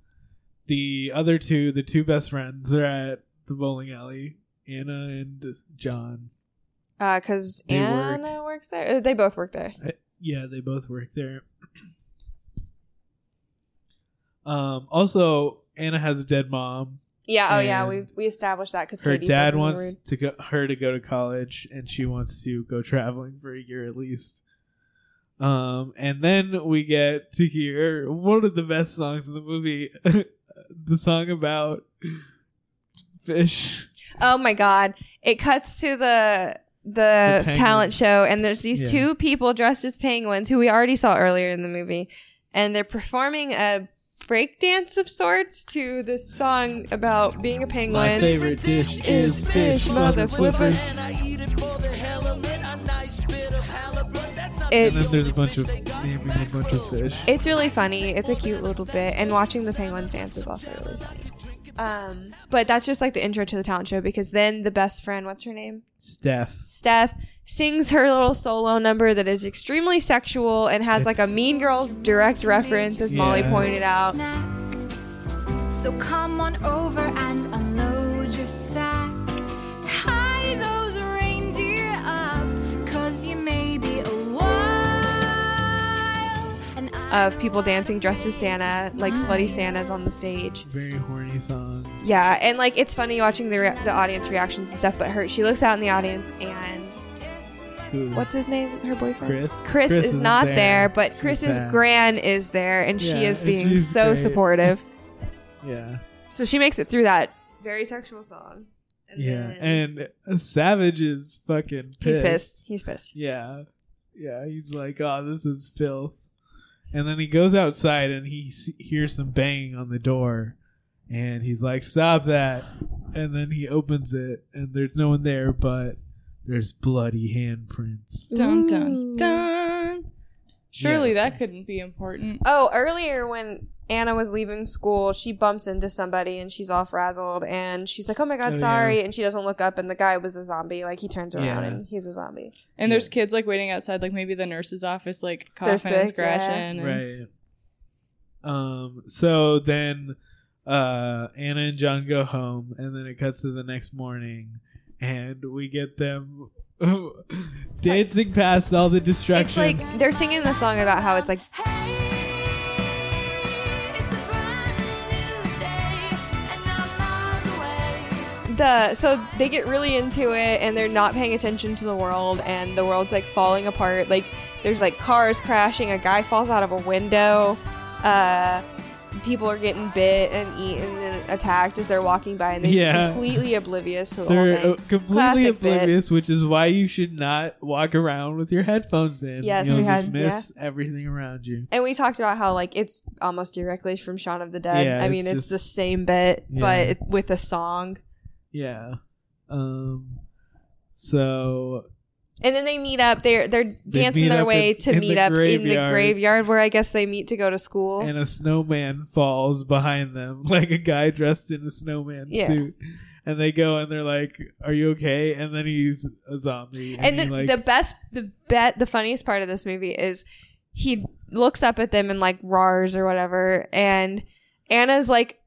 S3: the other two, the two best friends are at the bowling alley, Anna and John.
S2: Because
S3: They work.
S2: Uh, Anna works there. Uh, They both work there.
S3: Yeah, they both work there. Um also Anna has a dead mom.
S2: Yeah. Oh yeah. We
S3: And
S2: we established that because
S3: her
S2: Katie said
S3: dad
S2: something
S3: wants
S2: rude.
S3: to go, her to go to college and she wants to go traveling for a year at least Um, and then we get to hear one of the best songs in the movie, the song about fish.
S2: Oh my god. It cuts to the the,
S3: penguins.
S2: talent show and there's these
S3: Yeah.
S2: two people dressed as penguins who we already saw earlier in the movie and they're performing a breakdance of sorts to this song about being a
S3: My
S2: penguin.
S3: favorite dish is fish, mother flippers. And
S2: It
S3: then there's a bunch of naming a bunch of fish.
S2: it's really funny. It's a cute little bit and watching the penguins dance is also really funny. Um, but that's just like the intro to the talent show because then the best friend, what's her name?
S3: Steph.
S2: Steph sings her little solo number that is extremely sexual and has like a Mean Girls direct reference, as Molly
S3: Yeah.
S2: pointed out.
S8: snack. So come on over and unload your sack. Tie those reindeer up, cause you may be a while. And I
S2: Of people dancing dressed as Santa, like slutty Santas on the stage.
S3: Very horny song.
S2: Yeah, and like it's funny watching the re- the audience reactions and stuff. But her, she looks out in the audience, and
S3: Who?
S2: what's his name? Her boyfriend.
S3: Chris?
S2: Chris, is
S3: isn't
S2: not there, but Chris's
S3: sad.
S2: gran is there, and she
S3: Yeah,
S2: is
S3: and
S2: being
S3: she's
S2: so
S3: great.
S2: supportive.
S3: Yeah.
S2: So she makes it through that very sexual song. And
S3: Yeah.
S2: then
S3: And Savage is fucking
S2: he's
S3: pissed.
S2: pissed. He's pissed.
S3: Yeah. Yeah. He's like, oh, this is filth. And then he goes outside and he s- hears some banging on the door. And he's like, stop that. And then he opens it and there's no one there, but there's bloody handprints.
S1: Dun dun dun. Surely that couldn't be important.
S2: Oh, earlier when Anna was leaving school, she bumps into somebody and she's all frazzled and she's like, "Oh my god,
S3: Oh,
S2: sorry!" And she doesn't look up, and the guy was a zombie. Like he turns around
S3: Yeah.
S2: and he's a zombie.
S1: And there's kids like waiting outside, like maybe the nurse's office, like coughing
S2: They're
S1: and
S2: sick, yeah.
S1: scratching. and-
S3: Right. Um, so then uh, Anna and John go home, and then it cuts to the next morning, and we get them dancing past all the
S2: It's
S3: destruction.
S2: like they're singing the song about how it's like
S8: Hey, it's a brand new day, and I'm miles away.
S2: the so they get really into it and they're not paying attention to the world and the world's like falling apart. Like there's like cars crashing, a guy falls out of a window. Uh, people are getting bit and eaten and attacked as they're walking by and they're
S3: Yeah.
S2: just completely oblivious to the
S3: They're
S2: whole
S3: uh,
S2: thing.
S3: completely
S2: Classic bit.
S3: oblivious, which is why you should not walk around with your headphones in.
S2: Yes,
S3: You'll
S2: we
S3: just
S2: had-
S3: miss everything around you.
S2: And we talked about how like it's almost directly from Shaun of the Dead.
S3: Yeah,
S2: I mean,
S3: it's
S2: it's,
S3: just-
S2: the same bit,
S3: Yeah.
S2: but it, with a song.
S3: Yeah. Um. So
S2: And then they meet up. They're they're dancing
S3: meet
S2: their
S3: up
S2: way
S3: in-
S2: to
S3: in the
S2: meet up in the
S3: graveyard.
S2: graveyard where I guess they meet to go to school.
S3: and a snowman falls behind them, like a guy dressed in a snowman
S2: Yeah.
S3: suit. And they go and they're like, "Are you okay?" And then he's a zombie.
S2: and
S3: he,
S2: the,
S3: like,
S2: the best, the bet, the funniest part of this movie is he looks up at them and like roars or whatever, and Anna's like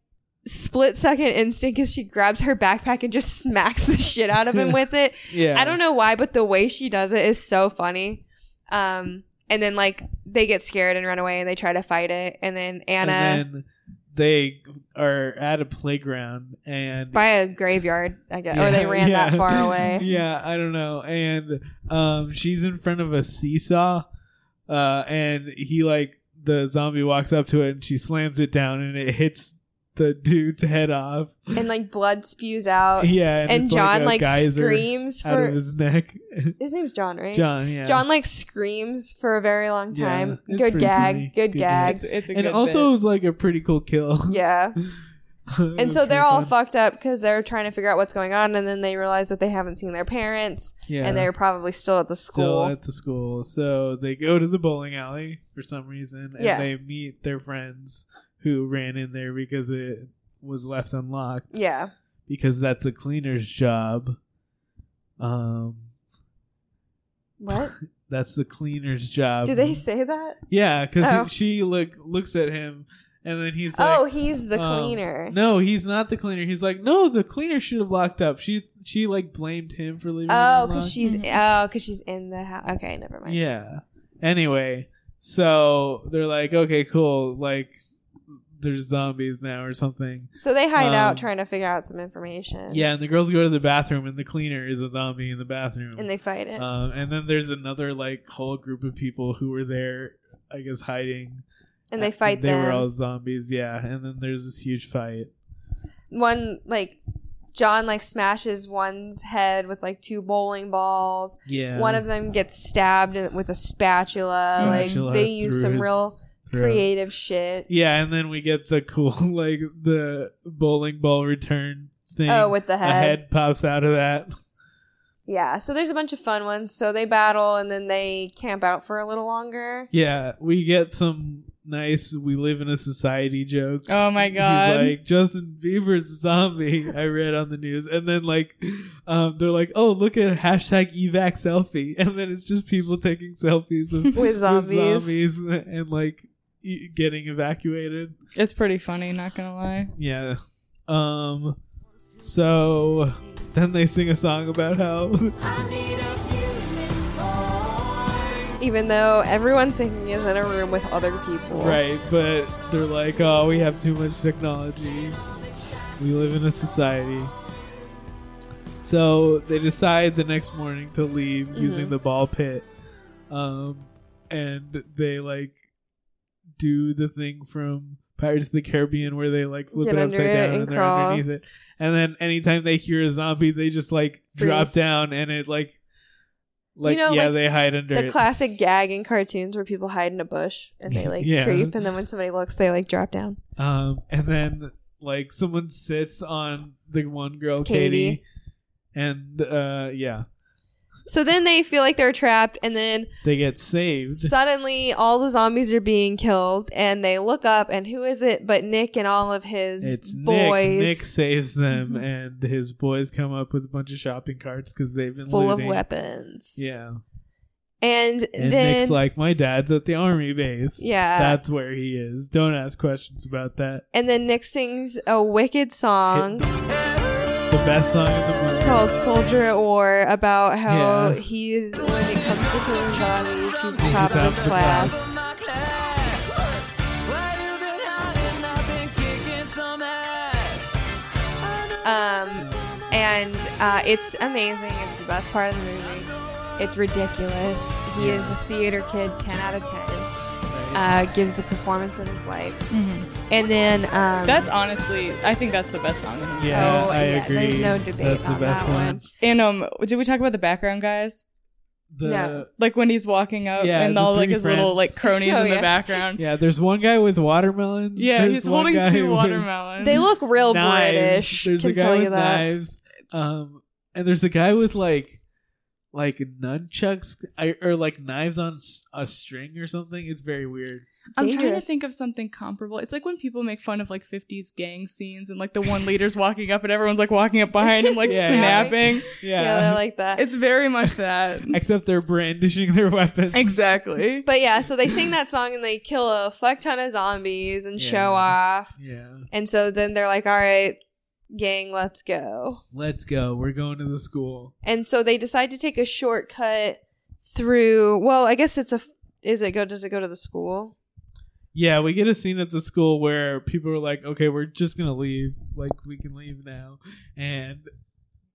S2: split second instinct is she grabs her backpack and just smacks the shit out of him with it.
S3: yeah,
S2: I don't know why, but the way she does it is so funny. Um, and then like they get scared and run away and they try to fight it, and then Anna
S3: And then they are at a playground and
S2: by a graveyard, I guess, or they
S3: Yeah,
S2: ran
S3: yeah.
S2: that far away.
S3: yeah, I don't know. And um, she's in front of a seesaw, uh, and he like the zombie walks up to it and she slams it down and it hits the dude's head off.
S2: And like blood spews out,
S3: Yeah,
S2: Uh, and,
S3: it's
S2: John
S3: a
S2: like,
S3: geyser
S2: screams
S3: out
S2: for
S3: of his neck.
S2: his name's John, right?
S3: John, yeah.
S2: John like screams for a very long
S3: Yeah,
S2: time.
S3: it's
S2: good
S3: pretty
S2: gag,
S3: funny.
S2: good
S3: Good
S2: gag.
S1: It's, it's a
S3: and
S1: good
S3: also
S1: bit.
S3: it was like a pretty cool kill.
S2: Yeah.
S3: It
S2: And
S3: was
S2: so they're
S3: pretty
S2: all
S3: fun.
S2: fucked up because they're trying to figure out what's going on, and then they realize that they haven't seen their parents,
S3: yeah.
S2: and they're probably still at the school.
S3: still at the school. So they go to the bowling alley for some reason, and
S2: Yeah.
S3: they meet their friends who ran in there because it was left unlocked
S2: yeah.
S3: because that's a cleaner's job. Um,
S2: What?
S3: that's the cleaner's job.
S2: Do they say that?
S3: Yeah, because
S2: Oh.
S3: she look looks at him, and then he's like,
S2: oh, he's the
S3: Um,
S2: cleaner.
S3: No, he's not the cleaner. He's like, no, the cleaner should have locked up. She she like blamed him for leaving.
S2: oh,
S3: it unlocked.
S2: because she's oh, because she's in the house. Okay, never mind.
S3: yeah. Anyway, so they're like, okay, cool. Like there's zombies now or something.
S2: So they hide
S3: Um,
S2: out trying to figure out some information.
S3: Yeah, and the girls go to the bathroom, and the cleaner is a zombie in the bathroom.
S2: And they fight it.
S3: um, and then there's another like whole group of people who were there, I guess, hiding.
S2: and they fight
S3: They
S2: them.
S3: were all zombies, yeah. And then there's this huge fight.
S2: one like John like smashes one's head with like two bowling balls.
S3: Yeah,
S2: One of them gets stabbed in- with a spatula.
S3: Spatula
S2: like they use
S3: through
S2: some
S3: his
S2: real
S3: throat.
S2: creative shit.
S3: Yeah, and then we get the cool like the bowling ball return thing.
S2: Oh, with the
S3: a
S2: head.
S3: head pops out of that.
S2: Yeah, so there's a bunch of fun ones. So they battle and then they camp out for a little longer.
S3: Yeah, we get some nice "We live in a society" jokes.
S1: Oh my God.
S3: He's like Justin Bieber's a zombie. I read on the news, and then like, um, they're like, "Oh, look at hashtag evac selfie," and then it's just people taking selfies of
S2: With zombies.
S3: zombies and like e- getting evacuated.
S1: It's pretty funny, not gonna lie.
S3: Yeah. Um. So then they sing a song about how
S2: Even though everyone singing is in a room with other people.
S3: Right, but they're like, oh, we have too much technology. We live in a society. So they decide the next morning to leave
S2: Mm-hmm.
S3: using the ball pit. Um, and they like do the thing from Pirates of the Caribbean where they like flip
S2: Get
S3: it
S2: under
S3: upside
S2: it
S3: down
S2: and
S3: and, they're
S2: crawl.
S3: underneath it. And then anytime they hear a zombie, they just like drop
S2: Freeze.
S3: down and it like, like
S2: know,
S3: yeah,
S2: like,
S3: they hide under
S2: The
S3: it.
S2: classic gag in cartoons where people hide in a bush and they like
S3: Yeah.
S2: creep and then when somebody looks they like drop down.
S3: Um, and then like someone sits on the one girl, Katie,
S2: Katie.
S3: and uh, yeah,
S2: So then they feel like they're trapped and then
S3: they get saved.
S2: suddenly all the zombies are being killed and they look up and who is it but Nick and all of his
S3: it's
S2: boys Mm-hmm.
S3: Nick. Nick saves them, and his boys come up with a bunch of shopping carts because they've been
S2: full
S3: looting.
S2: of weapons.
S3: Yeah,
S2: And,
S3: and
S2: then
S3: Nick's like, "My dad's at the army base.
S2: Yeah.
S3: that's where he is. Don't ask questions about that.
S2: and then Nick sings a wicked song
S3: The best song in the movie.
S2: called Soldier at War about how
S3: Yeah.
S2: he's when it comes to killing zombies, he's the
S3: He's
S2: top
S3: the
S2: of
S3: top
S2: his
S3: of the class.
S2: class. Um, and uh, it's amazing. It's the best part of the movie. It's ridiculous. He is a theater kid, ten out of ten. Uh, gives the performance of his life. And then um,
S1: That's honestly, I think that's the best song. In the movie.
S3: Yeah,
S2: oh,
S3: I
S2: yeah,
S3: agree.
S2: there's no debate
S3: That's
S2: on
S3: the best
S2: that one.
S1: And um, did we talk about the background guys?
S3: The
S2: No.
S1: Like when he's walking up
S3: Yeah,
S1: and
S3: the
S1: all
S3: three
S1: like his little
S3: friends.
S1: like cronies
S2: Oh,
S1: in the
S2: yeah.
S1: background.
S3: yeah, there's one guy with watermelons.
S1: Yeah,
S3: There's
S1: he's
S3: one
S1: holding
S3: guy
S1: two
S3: with-
S1: watermelons.
S2: They look real
S3: knives.
S2: British.
S3: There's
S2: can
S3: a guy
S2: tell
S3: with
S2: you that.
S3: knives. Um, and there's a guy with like, like nunchucks I- or like knives on s- a string or something. It's very weird.
S1: I'm trying to
S2: dangerous.
S1: think of something comparable. It's like when people make fun of like 50s gang scenes and like the one leader's walking up and everyone's like walking up behind him like
S3: Yeah.
S1: snapping.
S3: Yeah.
S2: Yeah, they're like that.
S1: It's very much that.
S3: Except they're brandishing their weapons.
S1: exactly.
S2: but yeah, so they sing that song and they kill a fuck ton of zombies and
S3: Yeah.
S2: show off.
S3: yeah.
S2: And so then they're like, all right, gang, let's go.
S3: Let's go. We're going to the school.
S2: And so they decide to take a shortcut through. Well, I guess it's a. Is it go? Does it go to the school?
S3: Yeah, we get a scene at the school where people are like, "Okay, we're just gonna leave. Like, we can leave now." And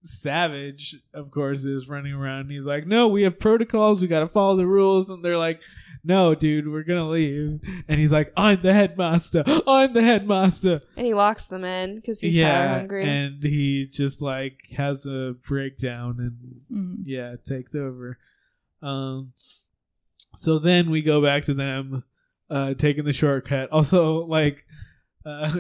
S3: Savage, of course, is running around. And he's like, "No, we have protocols. We gotta follow the rules." And they're like, "No, dude, we're gonna leave." And he's like, "I'm the headmaster. I'm the headmaster."
S2: And he locks them in because he's power
S3: yeah,
S2: hungry.
S3: and he just like has a breakdown and
S1: Mhm.
S3: yeah, it takes over. Um, so then we go back to them uh, taking the shortcut. Also, like, uh,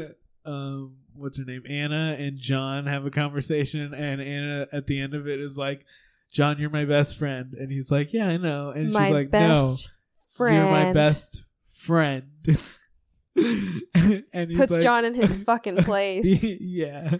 S3: um, what's her name? Anna and John have a conversation, and Anna at the end of it is like, "John, you're my best friend," and he's like, "Yeah, I know," and
S2: my
S3: she's like,
S2: best
S3: "No,
S2: friend
S3: you're my best friend." and he's
S2: puts
S3: like-
S2: John in his fucking place.
S3: yeah.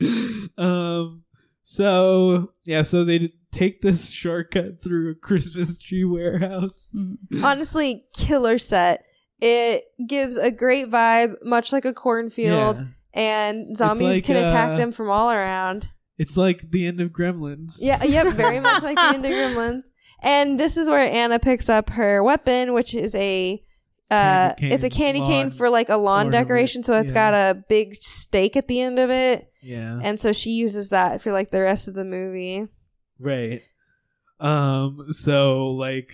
S3: Um. So yeah. So they d- take this shortcut through a Christmas tree warehouse.
S1: Mhm.
S2: honestly killer set it gives a great vibe much like a cornfield
S3: Yeah.
S2: and zombies
S3: like,
S2: can attack
S3: uh,
S2: them from all around
S3: It's like the end of Gremlins.
S2: yeah yep very much like the end of gremlins and this is where anna picks up her weapon which is a uh,
S3: Candy cane,
S2: it's a candy cane
S3: lawn
S2: for like a lawn
S3: ornament,
S2: decoration, so it's
S3: yeah.
S2: got a big stake at the end of it,
S3: Yeah.
S2: and so she uses that for like the rest of the movie.
S3: Right. Um, so like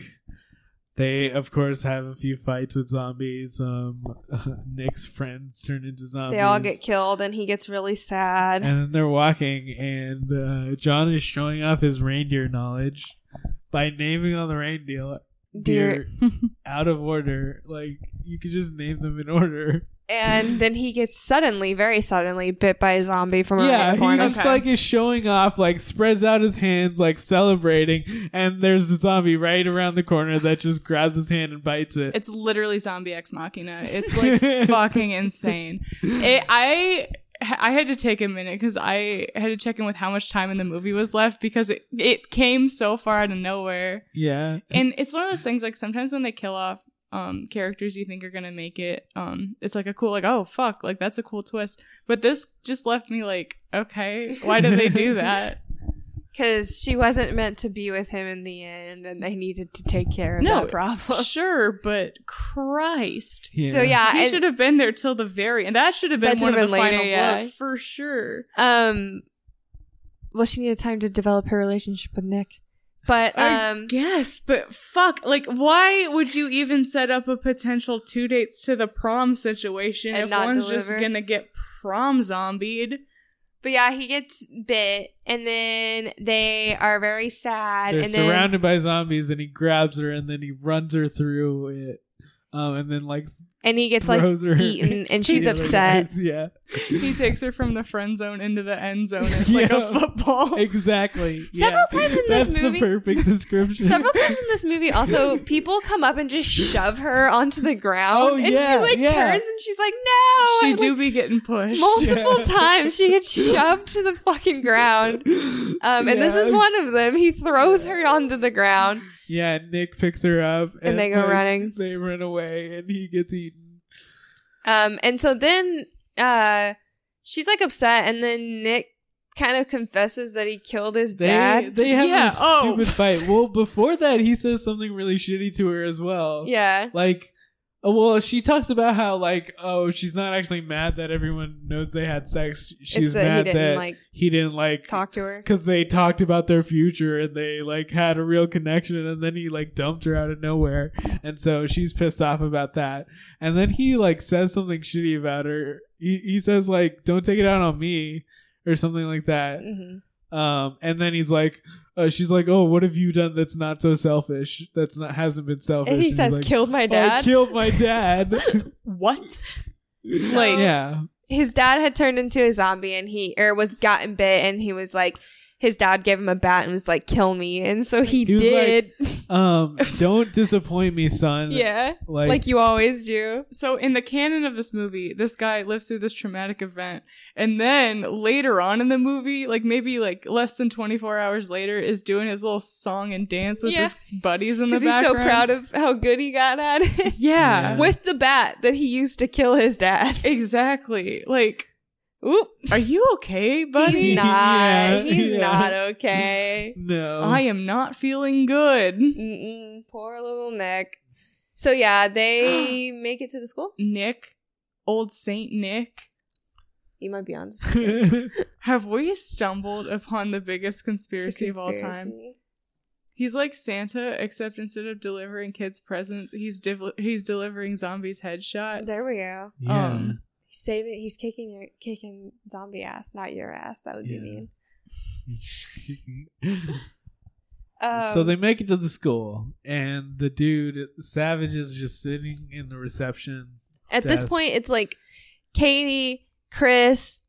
S3: they of course have a few fights with zombies. Um Nick's friends turn into zombies.
S2: They all get killed, and he gets really sad.
S3: And then they're walking and uh, John is showing off his reindeer knowledge by naming all the reindeer
S2: Dear.
S3: deer out of order. Like you could just name them in order.
S2: and then he gets suddenly, very suddenly, bit by a zombie from around
S3: Yeah,
S2: the
S3: he
S2: corner.
S3: just like is showing off, like spreads out his hands, like celebrating, and there's a zombie right around the corner that just grabs his hand and bites it.
S1: It's literally zombie ex machina. It's like fucking insane. It, I I had to take a minute because I had to check in with how much time in the movie was left because it it came so far out of nowhere.
S3: yeah,
S1: And it's one of those things like sometimes when they kill off um characters you think are gonna make it, um, it's like a cool like oh fuck like that's a cool twist. But this just left me like okay why did they do that?
S2: because she wasn't meant to be with him in the end, and they needed to take care of
S1: No,
S2: that problem.
S1: sure, but Christ.
S2: So yeah,
S1: He
S2: and-
S1: should have been there till the very end. That should have been
S2: That
S1: one
S2: should
S1: of the
S2: have been later,
S1: final
S2: yeah.
S1: blows for sure.
S2: Um, well, she needed time to develop her relationship with Nick, but
S1: I
S2: um,
S1: guess, but fuck, like, why would you even set up a potential two dates to the prom situation
S2: And
S1: if
S2: not
S1: one's
S2: deliver?
S1: just gonna get prom zombied?
S2: but yeah, he gets bit, and then they are very sad,
S3: they're
S2: and then
S3: surrounded by zombies, and he grabs her, and then he runs her through it, um, and then like
S2: and he gets like
S3: throws her,
S2: eaten, and
S3: to
S2: she's
S3: the other
S2: upset.
S3: guys. Yeah,
S1: He takes her from the friend zone into the end zone it's like
S3: Yeah.
S1: a football.
S3: exactly.
S2: Several
S3: Yeah.
S2: times in this
S3: That's
S2: movie-
S3: the perfect description.
S2: Several times in this movie, also people come up and just shove her onto the ground,
S3: Oh,
S2: and
S3: yeah,
S2: she like
S3: yeah.
S2: turns and she's like, "No!"
S1: she
S2: and,
S1: do
S2: like,
S1: be getting pushed.
S2: multiple
S3: Yeah.
S2: times. She gets shoved to the fucking ground, um, and this
S3: Yeah.
S2: is one of them. He throws her onto the ground.
S3: Yeah, Nick picks her up, and,
S2: they go
S3: like,
S2: running.
S3: They run away, and he gets eaten.
S2: Um, and so then uh, she's like upset, and then Nick kind of confesses that he killed his
S3: They
S2: dad.
S3: they have
S1: Yeah,
S3: a
S1: oh.
S3: stupid fight. Well, before that, he says something really shitty to her as well.
S2: yeah,
S3: like, oh, well, she talks about how like, oh, she's not actually mad that everyone knows they had sex. She's
S2: It's that he
S3: mad
S2: didn't,
S3: that
S2: like,
S3: he didn't like
S2: talk to her.
S3: because they talked about their future and they like had a real connection and then he like dumped her out of nowhere and so she's pissed off about that and then he like says something shitty about her he, he says like don't take it out on me or something like that
S2: Mhm.
S3: um and then he's like uh, she's like oh what have you done that's not so selfish that's not hasn't been selfish
S2: And he
S3: he's
S2: says,
S3: like, "Oh,
S2: "Killed my
S3: I
S2: dad."
S3: killed my dad
S1: What? Like,
S3: yeah
S2: his dad had turned into a zombie, and he or was gotten bit, and he was like. His dad gave him a bat and was like, "Kill me," and so he,
S3: He was like-
S2: did.
S3: um don't disappoint me son
S2: yeah,
S3: like,
S2: like, you always do.
S1: so in the canon of this movie, this guy lives through this traumatic event, and then later on in the movie, like maybe like less than twenty four hours later, is doing his little song and dance with
S2: Yeah.
S1: his buddies in the
S2: Because he's so
S1: background.
S2: proud of how good he got at it
S1: yeah,
S3: Yeah.
S2: with the bat that he used to kill his dad.
S1: exactly. Like,
S2: Oop,
S1: are you okay, buddy?
S2: he's not.
S3: Yeah,
S2: he's
S3: yeah.
S2: not okay.
S3: no
S1: I am not feeling good.
S2: Mm-mm, poor little Nick. So yeah, they make it to the school.
S1: Nick, old Saint Nick.
S2: You might be on to
S1: Have we stumbled upon the biggest conspiracy, of all time? He's like Santa, except instead of delivering kids presents, he's div- he's delivering zombies headshots.
S2: There we go.
S3: yeah.
S1: Um,
S2: He's saving. He's kicking your kicking zombie ass, not your ass. That would
S3: Yeah.
S2: be mean. Um,
S3: so they make it to the school, and the dude Savage is just sitting in the reception.
S2: at this
S3: Desk.
S2: point, it's like Katie, Chris,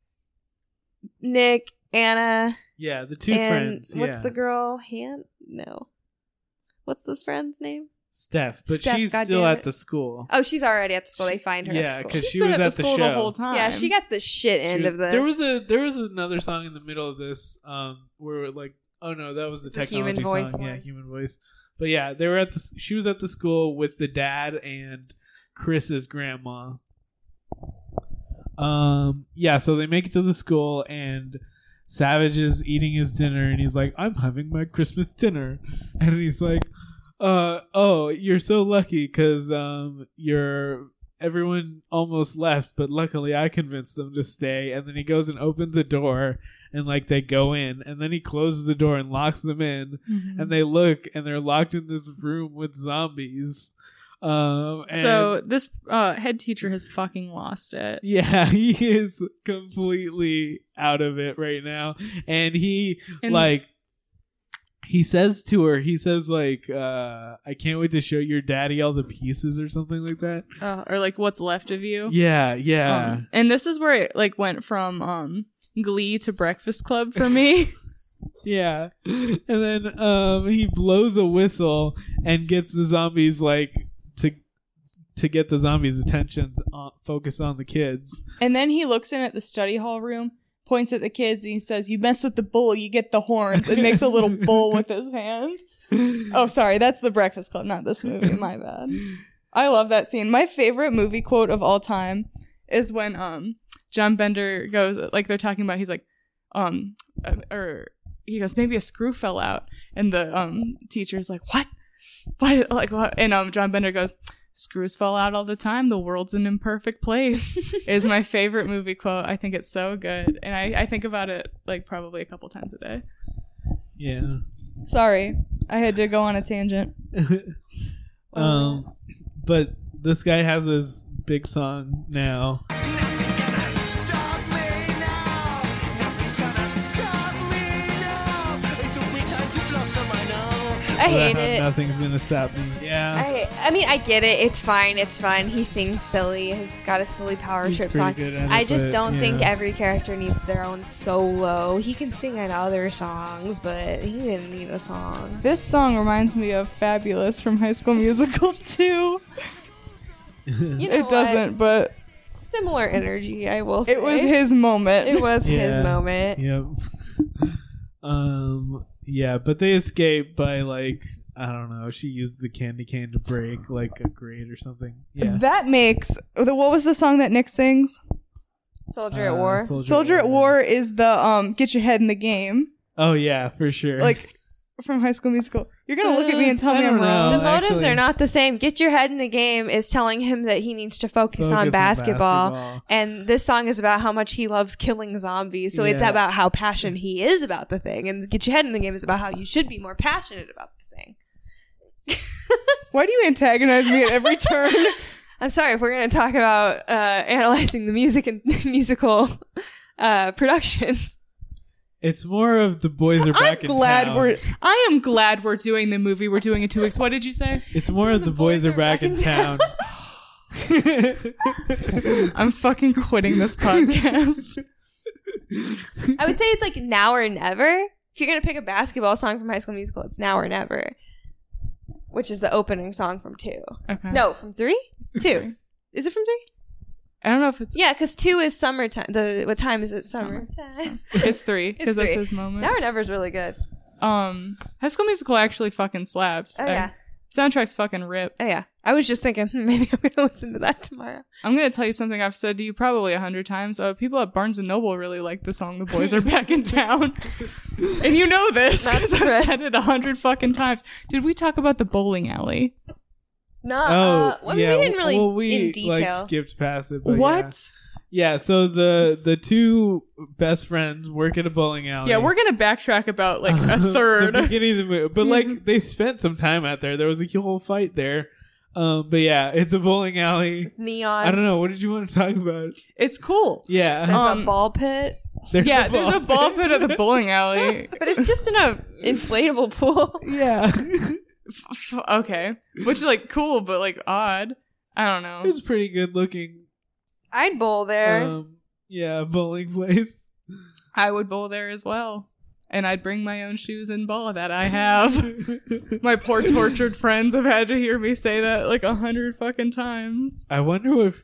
S2: Nick, Anna,
S3: Yeah, the two
S2: and
S3: friends.
S2: what's
S3: yeah,
S2: the girl? Han? No. What's this friend's name?
S3: Steph, but
S2: Steph,
S3: she's
S2: God
S3: still
S2: damn
S3: at
S2: it.
S3: the school.
S2: Oh, she's already at the school. They find her.
S3: yeah,
S2: at the
S3: because
S2: school.
S3: she
S1: Been
S3: was
S1: at
S3: at
S1: the,
S3: the,
S1: school
S3: show.
S1: the whole time.
S2: yeah, she got the shit
S3: She
S2: end
S3: was-
S2: of this.
S3: There was a there was another song in the middle of this um where like oh no that was the,
S2: The
S3: technology
S2: human voice
S3: song yeah
S2: one.
S3: human voice but yeah they were at the she was at the school with the dad and Chris's grandma. Um yeah so they make it to the school and Savage is eating his dinner and he's like I'm having my Christmas dinner and he's like uh, oh, you're so lucky because um, you're everyone almost left, but luckily I convinced them to stay. And then he goes and opens a door, and like they go in, and then he closes the door and locks them in,
S1: Mm-hmm.
S3: and they look and they're locked in this room with zombies. Um, and
S1: so this uh, head teacher has fucking lost it.
S3: yeah, he is completely out of it right now, and he
S1: And-
S3: like he says to her he says like uh i can't wait to show your daddy all the pieces or something like that
S1: Oh, or like what's left of you.
S3: yeah yeah
S1: Oh. Um, and this is where it like went from um Glee to Breakfast Club for me.
S3: yeah and then um he blows a whistle and gets the zombies like to to get the zombies attention to uh, focus on the kids
S1: and then he looks in at the study hall room, points at the kids, and he says, "You mess with the bull, you get the horns," and makes a little bull with his hand. Oh, sorry, that's the Breakfast Club, not this movie. My bad. I love that scene. My favorite movie quote of all time is when um John Bender goes like they're talking about. He's like, um, uh, or he goes maybe a screw fell out, and the um teacher's like, what? What? Like what? And um John Bender goes. Screws fall out all the time. The world's an imperfect place is my favorite movie quote. I think it's so good, and I, I think about it like probably a couple times a day.
S3: yeah
S1: Sorry, I had to go on a tangent.
S3: um but this guy has his big song now
S2: I hate it.
S3: nothing's gonna stop me yeah
S2: I, I mean, I get it. It's fine. It's fun. He sings silly. He's got a silly power
S3: He's
S2: trip
S3: pretty
S2: song.
S3: good at it,
S2: I just
S3: but,
S2: don't think
S3: yeah.
S2: every character needs their own solo. He can sing on other songs, but he didn't need a song.
S1: This song reminds me of Fabulous from High School Musical 2.
S2: You know
S1: It doesn't, but
S2: What? Similar energy, I will say.
S1: it was his moment.
S2: It was his
S3: Yeah.
S2: moment.
S3: Yep. um. Yeah, but they escape by like I don't know. She used the candy cane to break like a grate or something. Yeah.
S1: That makes the, what was the song that Nick sings?
S2: Soldier
S3: Uh,
S2: at War.
S1: Soldier, at War is the um get your head in the game.
S3: Oh yeah, for sure.
S1: Like from High School Musical. You're going to look at me and tell
S3: Uh, I
S1: me I'm
S3: don't
S1: wrong.
S2: the
S3: Oh,
S2: motives
S3: actually-
S2: are not the same. Get your head in the game is telling him that he needs to focus,
S3: Focus
S2: on
S3: on
S2: basketball.
S3: basketball.
S2: And this song is about how much he loves killing zombies. So it's
S3: Yeah.
S2: about how passionate he is about the thing. And get your head in the game is about how you should be more passionate about the thing.
S1: Why do you antagonize me at every turn?
S2: I'm sorry if we're going to talk about uh, analyzing the music and musical uh, productions.
S3: it's more of the boys are
S1: I'm
S3: back. in
S1: glad
S3: town.
S1: we're I am glad we're doing the movie we're doing in 2 weeks. What did you say?
S3: It's more of the, boys, are back, in town.
S1: I'm fucking quitting this podcast.
S2: I would say it's like now or never. If you're going to pick a basketball song from High School Musical, it's now or never, which is the opening song from two.
S1: okay.
S2: No, from three? Two. Is it from three?
S1: I don't know if it's
S2: Yeah, because two is summertime. The what time is it? Summer.
S1: it's 3
S2: It's
S1: because that's
S2: three.
S1: his moment.
S2: Now or never is really good.
S1: Um, High School Musical actually fucking slaps.
S2: Oh
S1: Uh,
S2: yeah,
S1: soundtrack's fucking rip.
S2: oh yeah. I was just thinking hmm, maybe I'm gonna listen to that tomorrow.
S1: I'm gonna tell you something I've said to you probably a hundred times. Uh, people at Barnes and Noble really like the song "The Boys Are Back in Town," and you know this
S2: Not
S1: because I've
S2: correct.
S1: said it a hundred fucking times. Did we talk about the bowling alley?
S2: No,
S3: oh,
S2: uh, well,
S3: yeah.
S2: we didn't really
S3: well, we,
S2: in detail.
S3: Like, skipped past it. But Oh, Yeah.
S1: what?
S3: Yeah, So the the two best friends work at a bowling alley.
S1: Yeah, we're gonna backtrack about like a
S3: Oh, the
S1: third.
S3: beginning of the movie. But like they spent some time out there. There was a whole fight there. Um, but yeah, it's a bowling alley.
S2: it's neon.
S3: I don't know. What did you want to talk about?
S1: it's cool.
S2: There's
S3: Yeah,
S1: Um,
S2: a ball pit,
S3: there's
S1: yeah, there's a ball pit at the bowling alley.
S2: but it's just in a inflatable pool.
S3: yeah,
S1: F- okay, which is like cool, but like odd. I don't know.
S3: it was pretty good looking.
S2: I'd bowl there.
S3: Um, yeah, bowling place.
S1: I would bowl there as well. And I'd bring my own shoes and ball that I have. my poor tortured friends have had to hear me say that like a hundred fucking times.
S3: I wonder what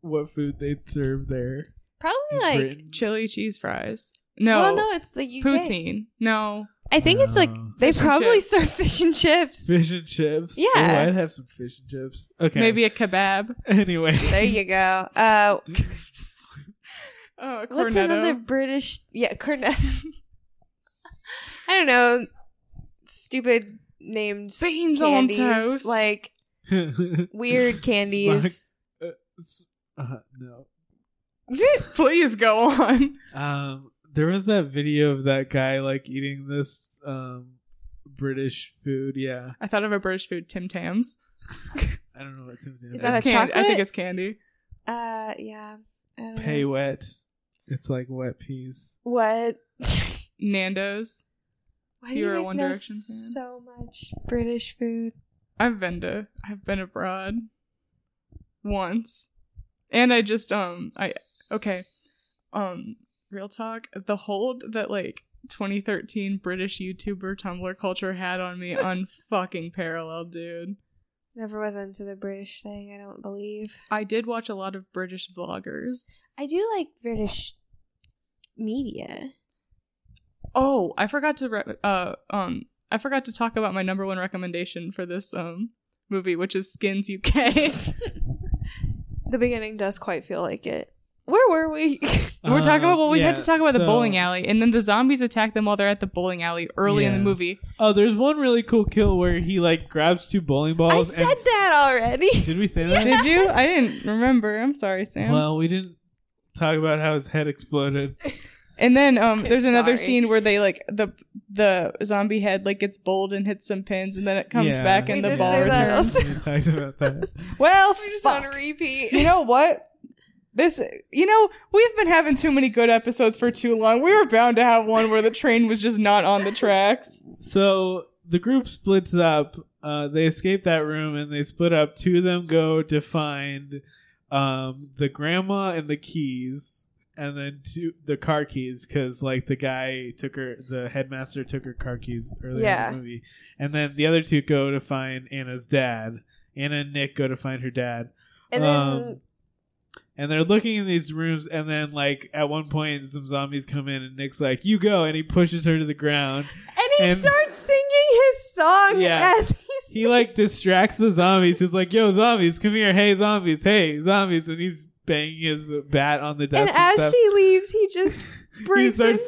S3: what food they serve there.
S2: Probably
S3: in
S2: like
S3: Britain.
S1: Chili cheese fries. No.
S2: well, no, it's the UK.
S1: poutine. No.
S2: I think it's like
S3: No.
S2: they
S1: Fish and
S2: probably
S1: chips.
S2: serve fish and chips.
S3: fish and chips.
S2: Yeah.
S3: Ooh, I'd have some fish and chips. Okay,
S1: Maybe a kebab.
S3: anyway.
S2: There you go. Uh,
S1: Oh, a
S2: What's
S1: cornetto.
S2: another British? Yeah, cornet. I don't know. Stupid named
S1: Beans
S2: candies,
S1: on toast.
S2: like weird candies.
S3: S- uh, no.
S1: please go on.
S3: Um, there was that video of that guy like eating this um British food. Yeah,
S1: I thought of a British food, Tim Tams.
S3: I don't know what Tim
S2: Is
S3: Tams
S2: that
S1: It's
S2: a
S1: candy- I
S2: chocolate?
S1: think it's candy.
S2: Uh, yeah. I don't know.
S3: Pay wet. It's like wet peas.
S2: What?
S1: Nando's.
S2: Why do
S1: You
S2: you
S1: were a
S2: guys
S1: One
S2: know
S1: Direction fan?
S2: so much British food?
S1: I've been to I've been abroad once. And I just um I okay. Um real talk, the hold that like 2013 British YouTuber Tumblr culture had on me unfucking parallel, dude.
S2: Never was into the British thing. I don't believe.
S1: I did watch a lot of British vloggers.
S2: I do like British media.
S1: Oh, I forgot to re- uh um I forgot to talk about my number one recommendation for this um movie, which is Skins UK.
S2: The beginning does quite feel like it. Where were we?
S1: We're talking about
S3: Um,
S1: well, we had
S3: yeah,
S1: to talk about the
S3: so-
S1: bowling alley, and then the zombies attack them while they're at the bowling alley early in the
S3: Yeah.
S1: movie.
S3: Oh, there's one really cool kill where he like grabs two bowling
S2: I
S3: balls.
S2: said that already.
S3: Did we say that?
S1: Did you? I didn't remember. I'm sorry, Sam.
S3: Well, we didn't talk about how his head exploded.
S1: and then um, there's another
S2: sorry.
S1: scene where they like the the zombie head like gets bowled and hits some pins, and then it comes
S3: Yeah.
S1: back
S2: We
S1: and the
S2: did
S1: ball
S2: say that.
S1: returns.
S3: we talked about that.
S1: Well,
S2: We're just
S1: fuck.
S2: on repeat.
S1: you know what? This, you know, we've been having too many good episodes for too long. We were bound to have one where the train was just not on the tracks.
S3: So the group splits up. Uh, they escape that room and they split up. Two of them go to find um, the grandma and the keys, and then two the car keys because like the guy took her, the headmaster took her car keys earlier
S2: Yeah.
S3: in the movie, and then the other two go to find Anna's dad. Anna and Nick go to find her dad.
S2: And then
S3: Um, and they're looking in these rooms, and then like at one point, some zombies come in, and Nick's like, "You go," and he pushes her to the ground.
S2: and he
S3: and-
S2: starts singing his song
S3: Yeah.
S2: as he's
S3: He like distracts the zombies. He's like, "Yo, zombies, come here! Hey, zombies! Hey, zombies!" And he's banging his bat on the desk.
S2: and as
S3: stuff.
S2: she leaves, he just
S3: he
S2: breaks.
S3: starts
S2: in-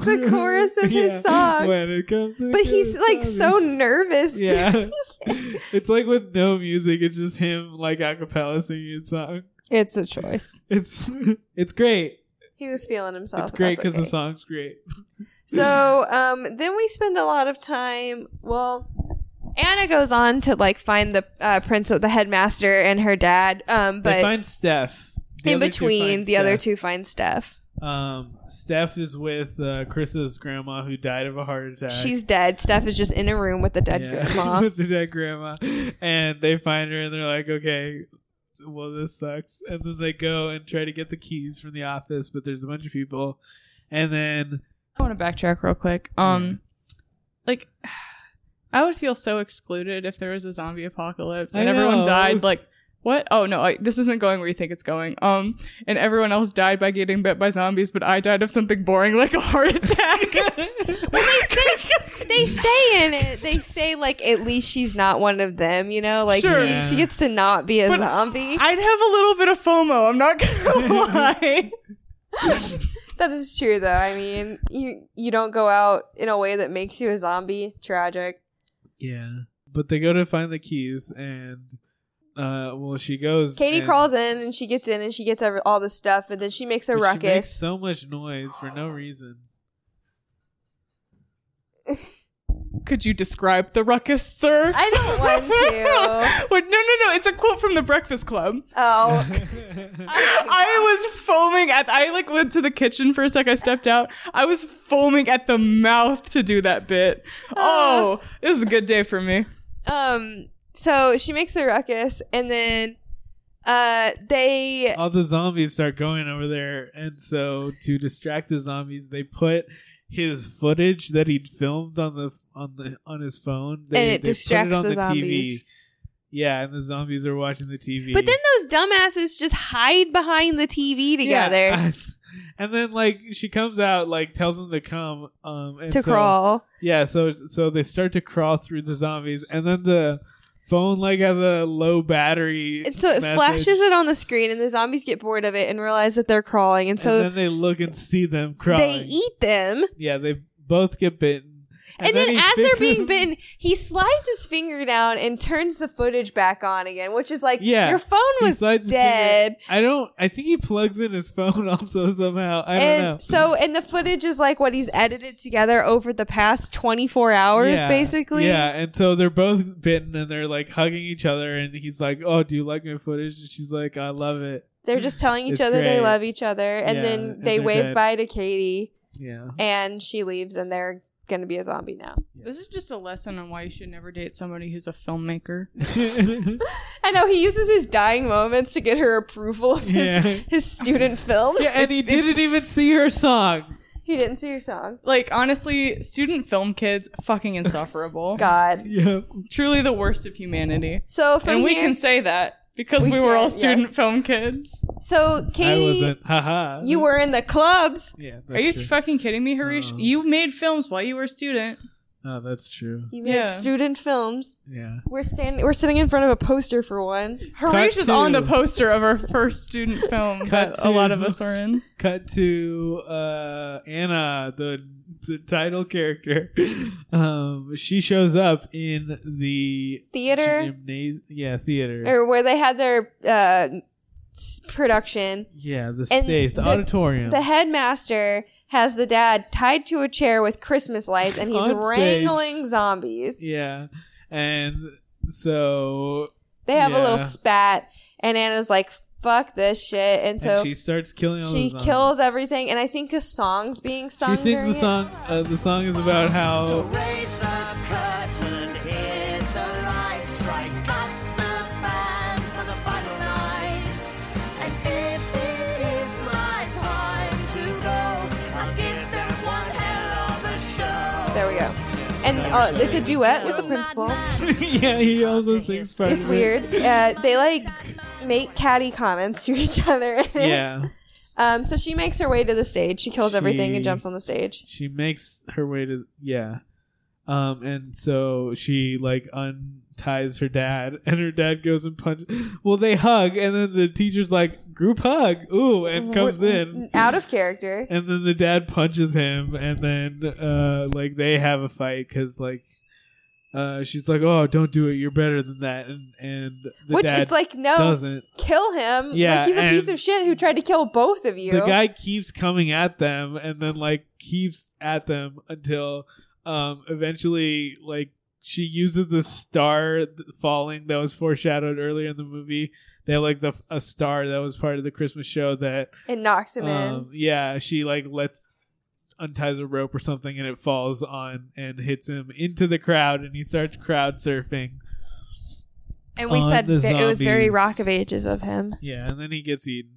S3: singing
S2: the chorus of his song.
S3: When it comes, to
S2: but he's
S3: the
S2: like so
S3: zombies.
S2: nervous.
S3: Yeah, it's like with no music. It's just him like a cappella singing his song.
S1: It's a choice.
S3: It's it's great.
S2: He was feeling himself.
S3: it's great because
S2: because Oh, okay.
S3: the song's great.
S2: So um, then we spend a lot of time. Well, Anna goes on to like find the uh, prince of the headmaster and her dad. Um,
S3: they
S2: but
S3: find Steph. The
S2: in
S3: other two
S2: between,
S3: find
S2: the other
S3: Steph.
S2: two find Steph.
S3: Um, Steph is with uh, Chris's grandma who died of a heart attack.
S2: She's dead. Steph is just in a room with the dead
S3: Yeah,
S2: grandma.
S3: with the dead grandma. And they find her and they're like, okay, well, this sucks. And then they go and try to get the keys from the office, but there's a bunch of people. And then
S1: I want to backtrack real quick. Um, like, I would feel so excluded if there was a zombie apocalypse and
S3: I
S1: everyone
S3: know.
S1: died. Like, what? Oh no, I, this isn't going where you think it's going. Um, and everyone else died by getting bit by zombies, but I died of something boring like a heart attack.
S2: they say in it, they say like at least she's not one of them. You know, like
S1: Sure.
S2: she,
S3: Yeah.
S2: she gets to not be a
S1: But
S2: zombie.
S1: I'd have a little bit of FOMO. I'm not gonna lie.
S2: that is true though. I mean, you you don't go out in a way that makes you a zombie. Tragic.
S3: yeah, but they go to find the keys and uh, well, she goes.
S2: Katie
S3: and
S2: crawls in and she gets in and she gets every, all this stuff and then she makes a
S3: but She makes
S2: ruckus.
S3: so much noise for no reason.
S1: Could you describe the ruckus, sir?
S2: I don't want to.
S1: Wait, no, no, no. It's a quote from The Breakfast Club.
S2: Oh,
S1: I was foaming at. I like went to the kitchen for a sec. I stepped out. I was foaming at the mouth to do that bit. Oh, this is a good day for me.
S2: um. So she makes a ruckus and then, uh, they
S3: all the zombies start going over there and so to distract the zombies they put his footage that he'd filmed on the on the on his phone they,
S2: And it
S3: they
S2: distracts
S3: put
S2: the
S3: it on the,
S2: zombies.
S3: tv yeah and the zombies are watching the tv
S2: but then those dumbasses just hide behind the TV
S3: Yeah,
S2: together
S3: and then like she comes out like tells them to come um and
S2: to
S3: so-
S2: crawl.
S3: yeah so so they start to crawl through the zombies and then the phone like has a low battery
S2: And so it
S3: message.
S2: flashes it on the screen and the zombies get bored of it and realize that they're crawling and
S3: and
S2: so
S3: then they look and see them crawling
S2: they eat them.
S3: Yeah, they both get bitten.
S2: And,
S3: And
S2: then,
S3: then he
S2: as they're
S3: fixes-
S2: being bitten, he slides his finger down and turns the footage back on again, which is like,
S3: Yeah,
S2: your phone
S3: He
S2: was
S3: slides his finger-
S2: dead.
S3: I don't. I think he plugs in his phone also somehow. I don't know.
S2: And so, and the footage is like what he's edited together over the past 24 hours,
S3: Yeah,
S2: basically.
S3: Yeah, and so they're both bitten and they're like hugging each other, and he's like, "Oh, do you like my footage?" And she's like, "I love it."
S2: They're just telling each
S3: It's
S2: other they
S3: great.
S2: love each other. And
S3: Yeah,
S2: then
S3: and
S2: they
S3: they're
S2: wave
S3: dead.
S2: bye to Katie
S3: Yeah,
S2: and she leaves and they're going to be a zombie now.
S1: This is just a lesson on why you should never date somebody who's a filmmaker.
S2: I know he uses his dying moments to get her approval of his,
S3: Yeah.
S2: his student film.
S3: yeah, and he didn't even see her song.
S2: He didn't see your song.
S1: Like honestly, student film kids fucking insufferable.
S2: God.
S3: Yep.
S1: Truly the worst of humanity.
S2: So from
S1: and we
S2: here,
S1: can say that because
S2: We
S1: we, were
S2: can,
S1: all
S2: yeah.
S1: student film kids.
S2: so
S3: I
S2: Katie,
S3: wasn't. Haha.
S2: you were in the clubs.
S3: Yeah.
S1: Are you
S3: True.
S1: fucking kidding me, Harish?
S3: Oh.
S1: you made films while you were a student.
S3: oh, that's true.
S2: You made
S1: Yeah.
S2: student films.
S3: Yeah.
S2: We're standing. We're sitting in front of a poster for one.
S1: Harish
S3: Cut
S1: is on
S3: to-
S1: the poster of our first student film
S3: Cut
S1: that a lot
S3: to-
S1: of us were in.
S3: Cut to uh, Anna, the the title character. Um, she shows up in the
S2: Theater Er,
S3: gymna- yeah theater.
S2: or where they had their uh, s- production.
S3: yeah, the
S2: and
S3: stage, the,
S2: the-
S3: auditorium.
S2: The headmaster has the dad tied to a chair with Christmas lights, and he's
S3: On stage.
S2: wrangling zombies.
S3: yeah, and so
S2: They have a little
S3: Yeah.
S2: spat, and Anna's like, "Fuck this shit," and so
S3: and she starts killing. All
S2: she
S3: the zombies.
S2: kills everything. And I think the song's being sung.
S3: um, She sings
S2: during
S3: the
S2: it.
S3: song. Uh, the song is about how
S7: Raise the curtain, hit the lights, strike up the band for the final night. And if it is my time to go, I'll give them one hell of a show.
S2: There we go. And uh, it's a duet with the principal.
S3: yeah, he also sings. part
S2: It's
S3: of it.
S2: weird. Uh, they like make catty comments to each other.
S3: Yeah,
S2: Um. So she makes her way to the stage. She kills everything and
S3: She-
S2: jumps on the stage.
S3: she makes her way to yeah, um, and so she like unties her dad, and her dad goes and punch. Well, they hug, and then the teacher's like group hug, ooh, and comes
S2: We're-
S3: in.
S2: out of character.
S3: And then the dad punches him, and then uh, like they have a fight because like uh, she's like, "Oh, don't do it. You're better than that." And and the
S2: Which
S3: dad
S2: it's like oh, no,
S3: doesn't.
S2: kill him.
S3: Yeah,
S2: like he's a
S3: and-
S2: piece of shit who tried to kill both of you.
S3: the guy keeps coming at them and then like keeps at them until um eventually like she uses the star th- falling that was foreshadowed earlier in the movie they had, like the f- a star that was part of the christmas show that
S2: and knocks him
S3: um, yeah she like lets unties a rope or something and it falls on and hits him into the crowd and he starts crowd surfing
S2: in. And we
S3: on
S2: said
S3: the
S2: ve- it was very
S3: zombies.
S2: Rock of Ages of him.
S3: Yeah, and then he gets eaten.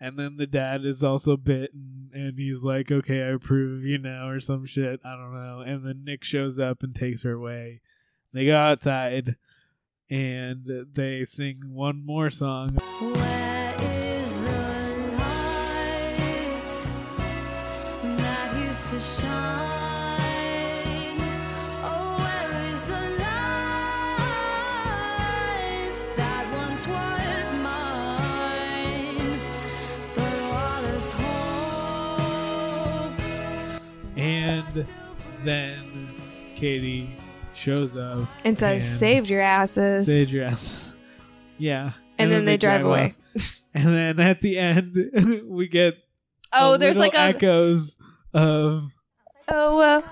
S3: And then the dad is also bitten, and he's like, okay, I approve of you now, or some shit. I don't know. And then Nick shows up and takes her away. They go outside, and they sing one more song.
S7: Where is the light that used to shine? Oh, where is the life that once was mine? But all is hope.
S3: And then Katie shows up.
S2: And says,
S3: and
S2: "Saved your asses."
S3: Sage ass. Yeah.
S2: And then they drive away.
S3: off. and then at the end, we get
S2: Oh,
S3: a
S2: there's
S3: little
S2: like a
S3: echoes of
S2: oh well,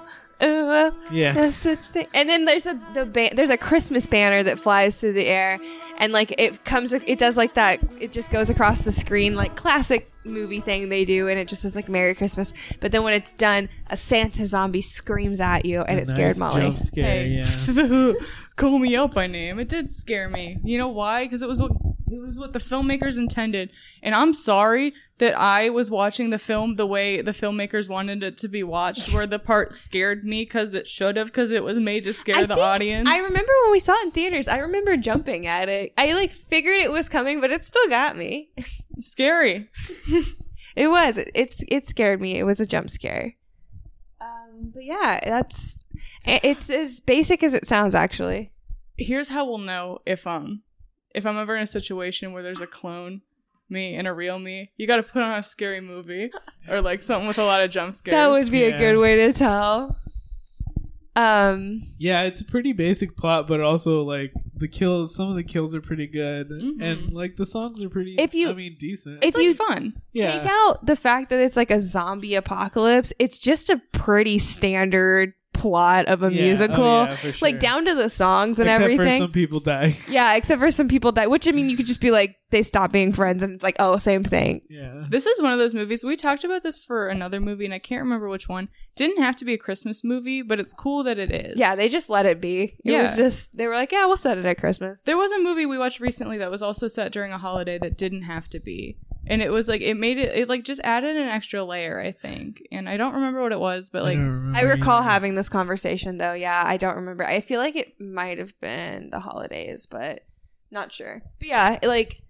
S2: oh well.
S3: yeah.
S2: no such thing. And then there's a the ba- there's a Christmas banner that flies through the air, and like it comes, it does like that. It just goes across the screen like classic movie thing they do, and it just says like Merry Christmas. But then when it's done, a Santa zombie screams at you, and it
S3: Nice
S2: scared Molly.
S3: Jump scare,
S1: Hey,
S3: yeah.
S1: the Who call me out by name. It did scare me. You know why? Because it was what it was what the filmmakers intended. And I'm sorry that I was watching the film the way the filmmakers wanted it to be watched, where the part scared me because it should have, because it was made to scare the
S2: think-
S1: audience.
S2: I remember when we saw it in theaters. I remember jumping at it. I like figured it was coming, but it still got me.
S1: Scary.
S2: It was. It, it's it scared me. It was a jump scare. Um, but yeah, that's it- it's as basic as it sounds. Actually,
S1: Here's how we'll know if um if I'm ever in a situation where there's a clone me and a real me, you got to put on a scary movie or like something with a lot of jump scares.
S2: that would be a
S3: yeah.
S2: good way to tell. Um,
S3: Yeah, it's a pretty basic plot, but also like the kills. Some of the kills are pretty good,
S1: Mhm.
S3: and like the songs are pretty.
S2: If you-
S3: I mean, decent.
S2: if
S1: It's like
S2: you
S1: fun.
S3: yeah,
S2: take out the fact that it's like a zombie apocalypse, it's just a pretty standard plot of a
S3: Yeah. Oh,
S2: musical.
S3: yeah, for sure.
S2: Like down to the songs and
S3: except
S2: everything.
S3: for some people die.
S2: yeah, except for some people die, which I mean, you could just be like, they stop being friends and it's like, oh, same thing.
S3: yeah,
S1: This is one of those movies. We talked about this for another movie, and I can't remember which one. Didn't have to be a Christmas movie, but it's cool that it is.
S2: Yeah, they just let it be. It
S1: Yeah.
S2: was just, they were like, yeah, we'll set it at Christmas.
S1: There was a movie we watched recently that was also set during a holiday that didn't have to be. And it was like it made it it like just added an extra layer, I think. And I don't remember what it was, but like
S3: don't remember
S2: I recall
S3: either.
S2: having this conversation though. Yeah, I don't remember. I feel like it might have been the holidays, but not sure. But yeah, like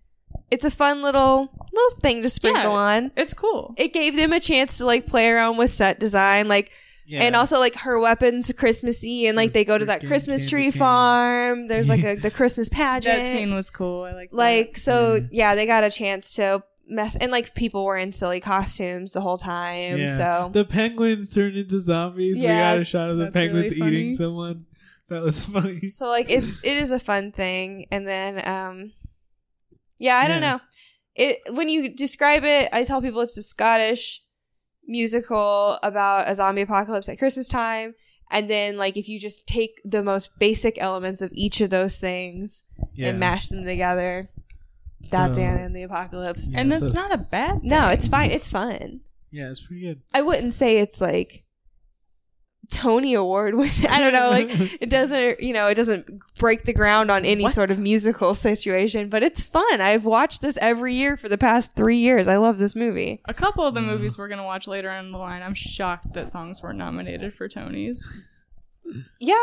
S2: it's a fun little little thing to sprinkle
S1: Yeah.
S2: on.
S1: it's cool.
S2: It gave them a chance to like play around with set design, like
S3: Yeah.
S2: and also like her weapons Christmassy, and like they go to
S3: Your
S2: that
S3: damn
S2: Christmas
S3: candy
S2: tree
S3: cane.
S2: farm. There's like a the Christmas pageant.
S1: That scene was cool. I like that.
S2: like so,
S3: Yeah.
S2: yeah, they got a chance to mess, and like people were in silly costumes the whole time.
S3: Yeah.
S2: So
S3: the penguins turned into zombies.
S2: Yeah,
S3: we got a shot of the
S1: that's
S3: penguins
S1: really funny.
S3: eating someone. That was funny.
S2: So like it it is a fun thing and then um yeah, I don't
S3: Yeah.
S2: know. It when you describe it, I tell people it's a Scottish musical about a zombie apocalypse at Christmas time and then like if you just take the most basic elements of each of those things
S3: Yeah.
S2: and mash them together, that's
S3: So-
S2: Anna and the apocalypse.
S3: Yeah,
S1: and
S3: so-
S1: that's not a bad thing.
S2: No, it's fine. It's fun.
S3: Yeah, it's pretty good.
S2: I wouldn't say it's like Tony Award winning. I don't know. Like it doesn't, you know, it doesn't break the ground on any
S1: What?
S2: sort of musical situation, but it's fun. I've watched this every year for the past three years. I love this movie.
S1: a couple of the
S3: Yeah.
S1: movies we're gonna watch later on in the line. I'm shocked that songs weren't nominated for Tonys.
S2: Yeah.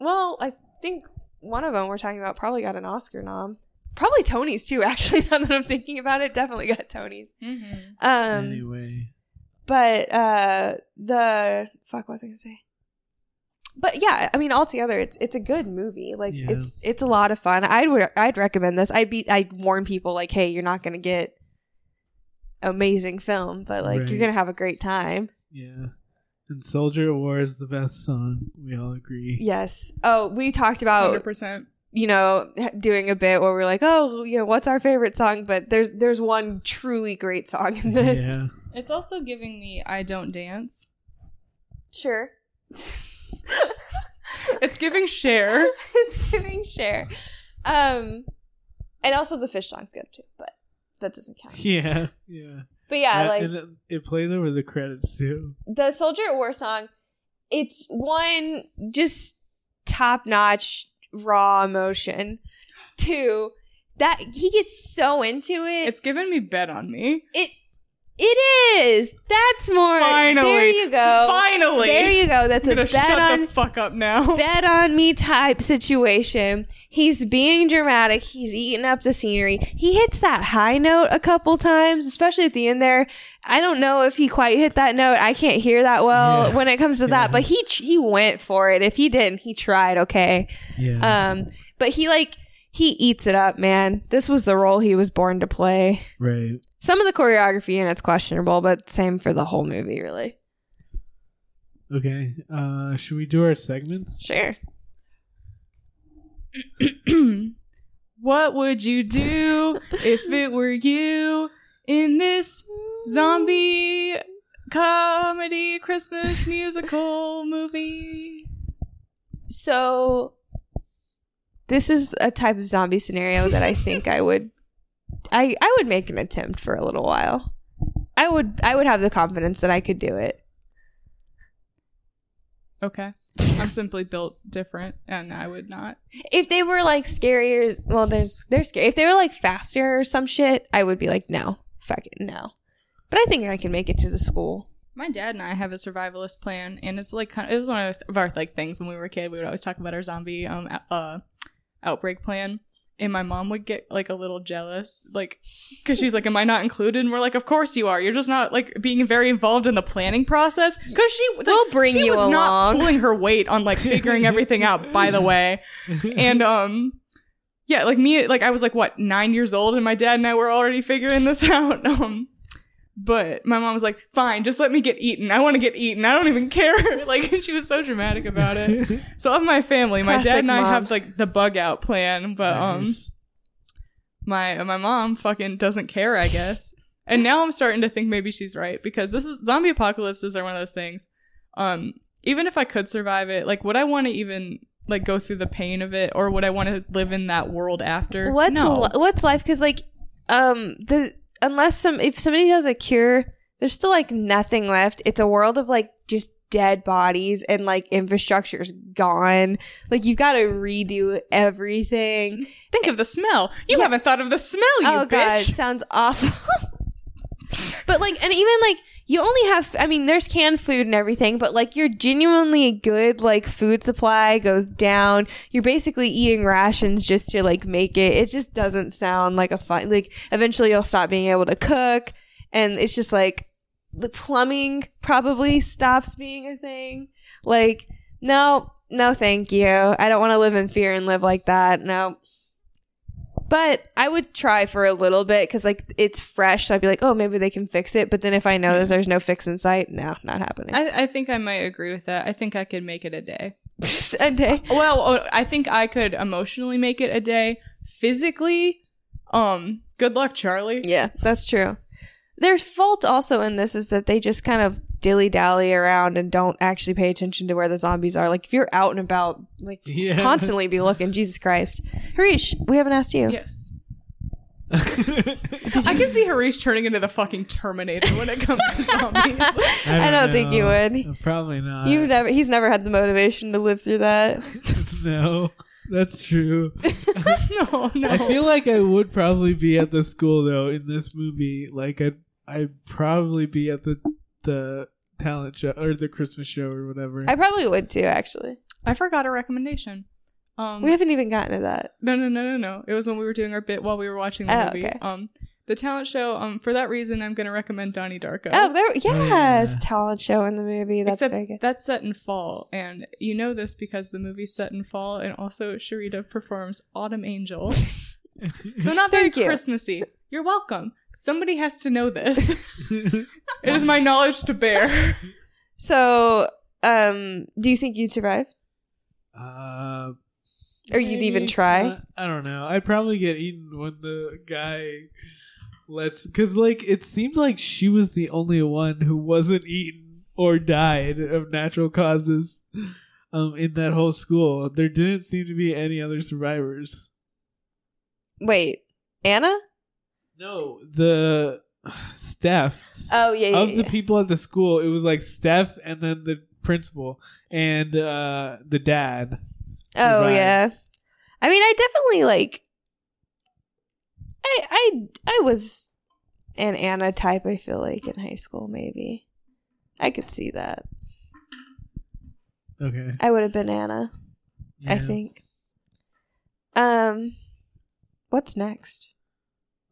S2: Well, I think one of them we're talking about probably got an Oscar nom. Probably Tony's too. Actually, now that I'm thinking about it, definitely got Tony's.
S1: Mm-hmm.
S2: Um,
S3: anyway,
S2: but uh, the fuck what was I gonna say? But yeah, I mean, altogether, it's it's a good movie. Like
S3: Yeah.
S2: it's it's a lot of fun. I'd re- I'd recommend this. I'd be I'd warn people like, hey, you're not gonna get amazing film, but like
S3: Right.
S2: you're gonna have a great time.
S3: yeah. And Soldier of War is the best song. We all agree.
S2: Yes. Oh, we talked about
S1: 100%.
S2: you know doing a bit where we're like, oh, you know, what's our favorite song? But there's there's one truly great song in this.
S3: Yeah.
S1: It's also giving me I don't dance.
S2: Sure.
S1: It's giving share.
S2: it's giving share. Um, and also the fish song's good too, but that doesn't count.
S3: Yeah. Yeah.
S2: But yeah,
S3: Uh,
S2: like
S3: and it, it plays over the credits too.
S2: the Soldier at War song, it's one just top notch raw emotion. Two, that he gets so into it.
S1: It's giving me bet on me.
S2: it it is. That's more.
S1: Finally.
S2: there you go.
S1: Finally.
S2: there you go. That's
S1: I'm
S2: a
S1: gonna
S2: bet
S1: shut
S2: on
S1: the fuck up now.
S2: bet on me type situation. He's being dramatic. He's eating up the scenery. He hits that high note a couple times, especially at the end there. I don't know if he quite hit that note. I can't hear that well
S3: Yeah.
S2: when it comes to
S3: Yeah.
S2: that, but he he went for it. If he didn't, he tried. Okay.
S3: Yeah.
S2: Um, but he like he eats it up, man. This was the role he was born to play.
S3: right.
S2: Some of the choreography and it's questionable, but same for the whole movie, really.
S3: Okay. Uh, should we do our segments?
S2: Sure.
S1: what would you do if it were you in this zombie comedy Christmas musical movie?
S2: So this is a type of zombie scenario that I think I would I I would make an attempt for a little while. I would I would have the confidence that I could do it.
S1: Okay. I'm simply built different and I would not.
S2: If they were like scarier, well there's they're scary. If they were like faster or some shit, I would be like no. Fuck it, no. But I think I can make it to the school.
S1: My dad and I have a survivalist plan, and it's like kind of, it was one of our like things when we were a kid. We would always talk about our zombie um out- uh outbreak plan, and my mom would get like a little jealous, like because she's like, "Am I not included?" And we're like, "Of course you are. You're just not like being very involved in the planning process." Because she like,
S2: We'll bring
S1: she
S2: you
S1: was not
S2: along.
S1: pulling her weight on like figuring everything out. By the way, and um yeah like me like i was like what nine years old and my dad and i were already figuring this out um But my mom was like, fine, just let me get eaten. I want to get eaten. I don't even care. like, and she was so dramatic about it. So, of my family, my
S2: Classic
S1: dad and I
S2: mom.
S1: have like the bug out plan, but um,
S3: Nice.
S1: my my mom fucking doesn't care, I guess. And now I'm starting to think maybe she's right because this is zombie apocalypses are one of those things. Um, even if I could survive it, like, would I want to even like go through the pain of it, or would I want to live in that world after?
S2: What's
S1: no.
S2: li- what's life? Because like, um, the unless some if somebody has a cure, there's still like nothing left. It's a world of like just dead bodies and like infrastructure's gone. Like you've got to redo everything.
S1: Think of the smell. You
S2: Yeah.
S1: haven't thought of the smell, you
S2: oh
S1: bitch.
S2: god, it sounds awful. but like, and even like you only have. I mean, there's canned food and everything, but like your genuinely good like food supply goes down. You're basically eating rations just to like make it. It just doesn't sound like a fun. Like eventually you'll stop being able to cook, and it's just like the plumbing probably stops being a thing. Like no. No, thank you. I don't want to live in fear and live like that. No, but I would try for a little bit because like it's fresh, so I'd be like, oh, maybe they can fix it. But then if I know that there's no fix in sight, no, not happening.
S1: Mm-hmm. I, I think I might agree with that. I think I could make it a day.
S2: a day.
S1: Well, oh, I think I could emotionally make it a day. Physically, um, good luck, Charlie.
S2: Yeah, that's true. Their fault also in this is that they just kind of dilly dally around and don't actually pay attention to where the zombies are. Like if you're out and about, like
S3: Yeah.
S2: constantly be looking. Jesus Christ, Harish, we haven't asked you.
S1: Yes. I can see Harish turning into the fucking Terminator when it comes to zombies.
S2: I don't think you would.
S3: Uh, Probably not.
S2: You've never. He's never had the motivation to live through that.
S3: no, that's true.
S1: no, no.
S3: I feel like I would probably be at the school though in this movie. Like I'd I'd probably be at the the talent show or the Christmas show or whatever.
S2: I probably would too. Actually,
S1: I forgot a recommendation. Um,
S2: we haven't even gotten to that.
S1: No, no, no, no, no. It was when we were doing our bit while we were watching the
S2: Oh,
S1: movie.
S2: okay.
S1: Um, the talent show. Um, for that reason, I'm going to recommend Donnie Darko.
S2: Oh, there, yes,
S3: yeah.
S2: talent show in the movie. That's
S1: Except
S2: very good.
S1: that's set in fall, and you know this because the movie's set in fall, and also Sharita performs "Autumn Angel," so not very
S2: Thank you.
S1: Christmassy. You're welcome. Somebody has to know this. it is my knowledge to bear.
S2: So, um, do you think you'd survive,
S3: uh,
S2: or you'd even
S3: maybe.
S2: try?
S3: Uh, I don't know. I'd probably get eaten when the guy lets because like it seemed like she was the only one who wasn't eaten or died of natural causes. Um, in that whole school, there didn't seem to be any other survivors.
S2: Wait, Anna?
S3: No, the Steph
S2: Oh yeah, yeah,
S3: of the
S2: yeah.
S3: people at the school. It was like Steph and then the principal and uh, the dad.
S2: oh
S3: survived.
S2: yeah. I mean, I definitely like. I I I was an Anna type. I feel like in high school, maybe I could see that.
S3: Okay,
S2: I would have been Anna. I
S3: Yeah.
S2: think. Um, what's next?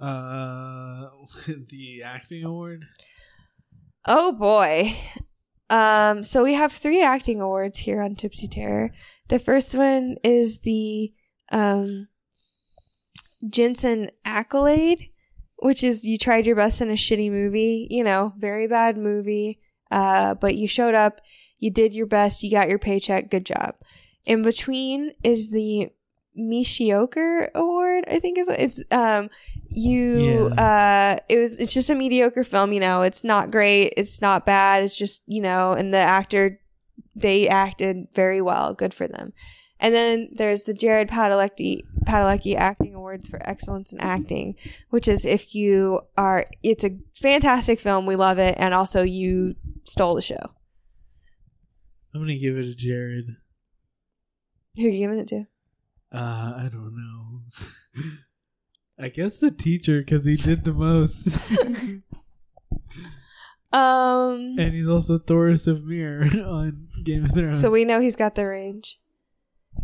S3: uh, the acting award.
S2: Oh boy. Um, so we have three acting awards here on Tipsy Terror. The first one is the um, Jensen accolade, which is you tried your best in a shitty movie, you know, very bad movie, uh, but you showed up, you did your best, you got your paycheck, good job. In between is the Mishioker Award, I think is what it's um you uh it was it's just a mediocre film, you know, it's not great, it's not bad, it's just, you know, and the actor they acted very well, good for them. And then there's the Jared Padalecki Padalecki Acting Awards for Excellence in Acting, which is if you are it's a fantastic film, we love it, and also you stole the show.
S3: I'm gonna give it to Jared.
S2: Who are you giving it to?
S3: Uh, I don't know. I guess the teacher because he did the most,
S2: Um
S3: and he's also Thoris of Mir on Game of Thrones.
S2: So we know he's got the range.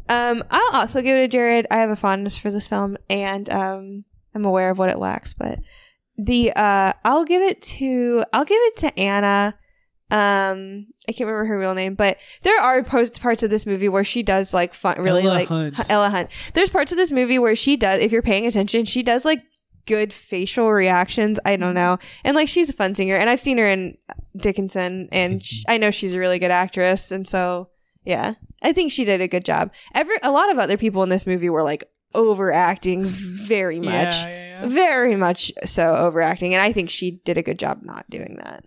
S2: Um, I'll also give it to Jared. I have a fondness for this film, and um, I'm aware of what it lacks, but the uh, I'll give it to I'll give it to Anna. Um, I can't remember her real name, but there are po- parts of this movie where she does like fun, really
S3: Ella
S2: like
S3: Hunt.
S2: Ella Hunt. There's parts of this movie where she does, if you're paying attention, she does like good facial reactions. I don't know. And like she's a fun singer, and I've seen her in Dickinson, and sh I know she's a really good actress, and so yeah, I think she did a good job. Every a lot of other people in this movie were like overacting very much.
S1: Yeah, yeah, yeah.
S2: Very much so overacting, and I think she did a good job not doing that.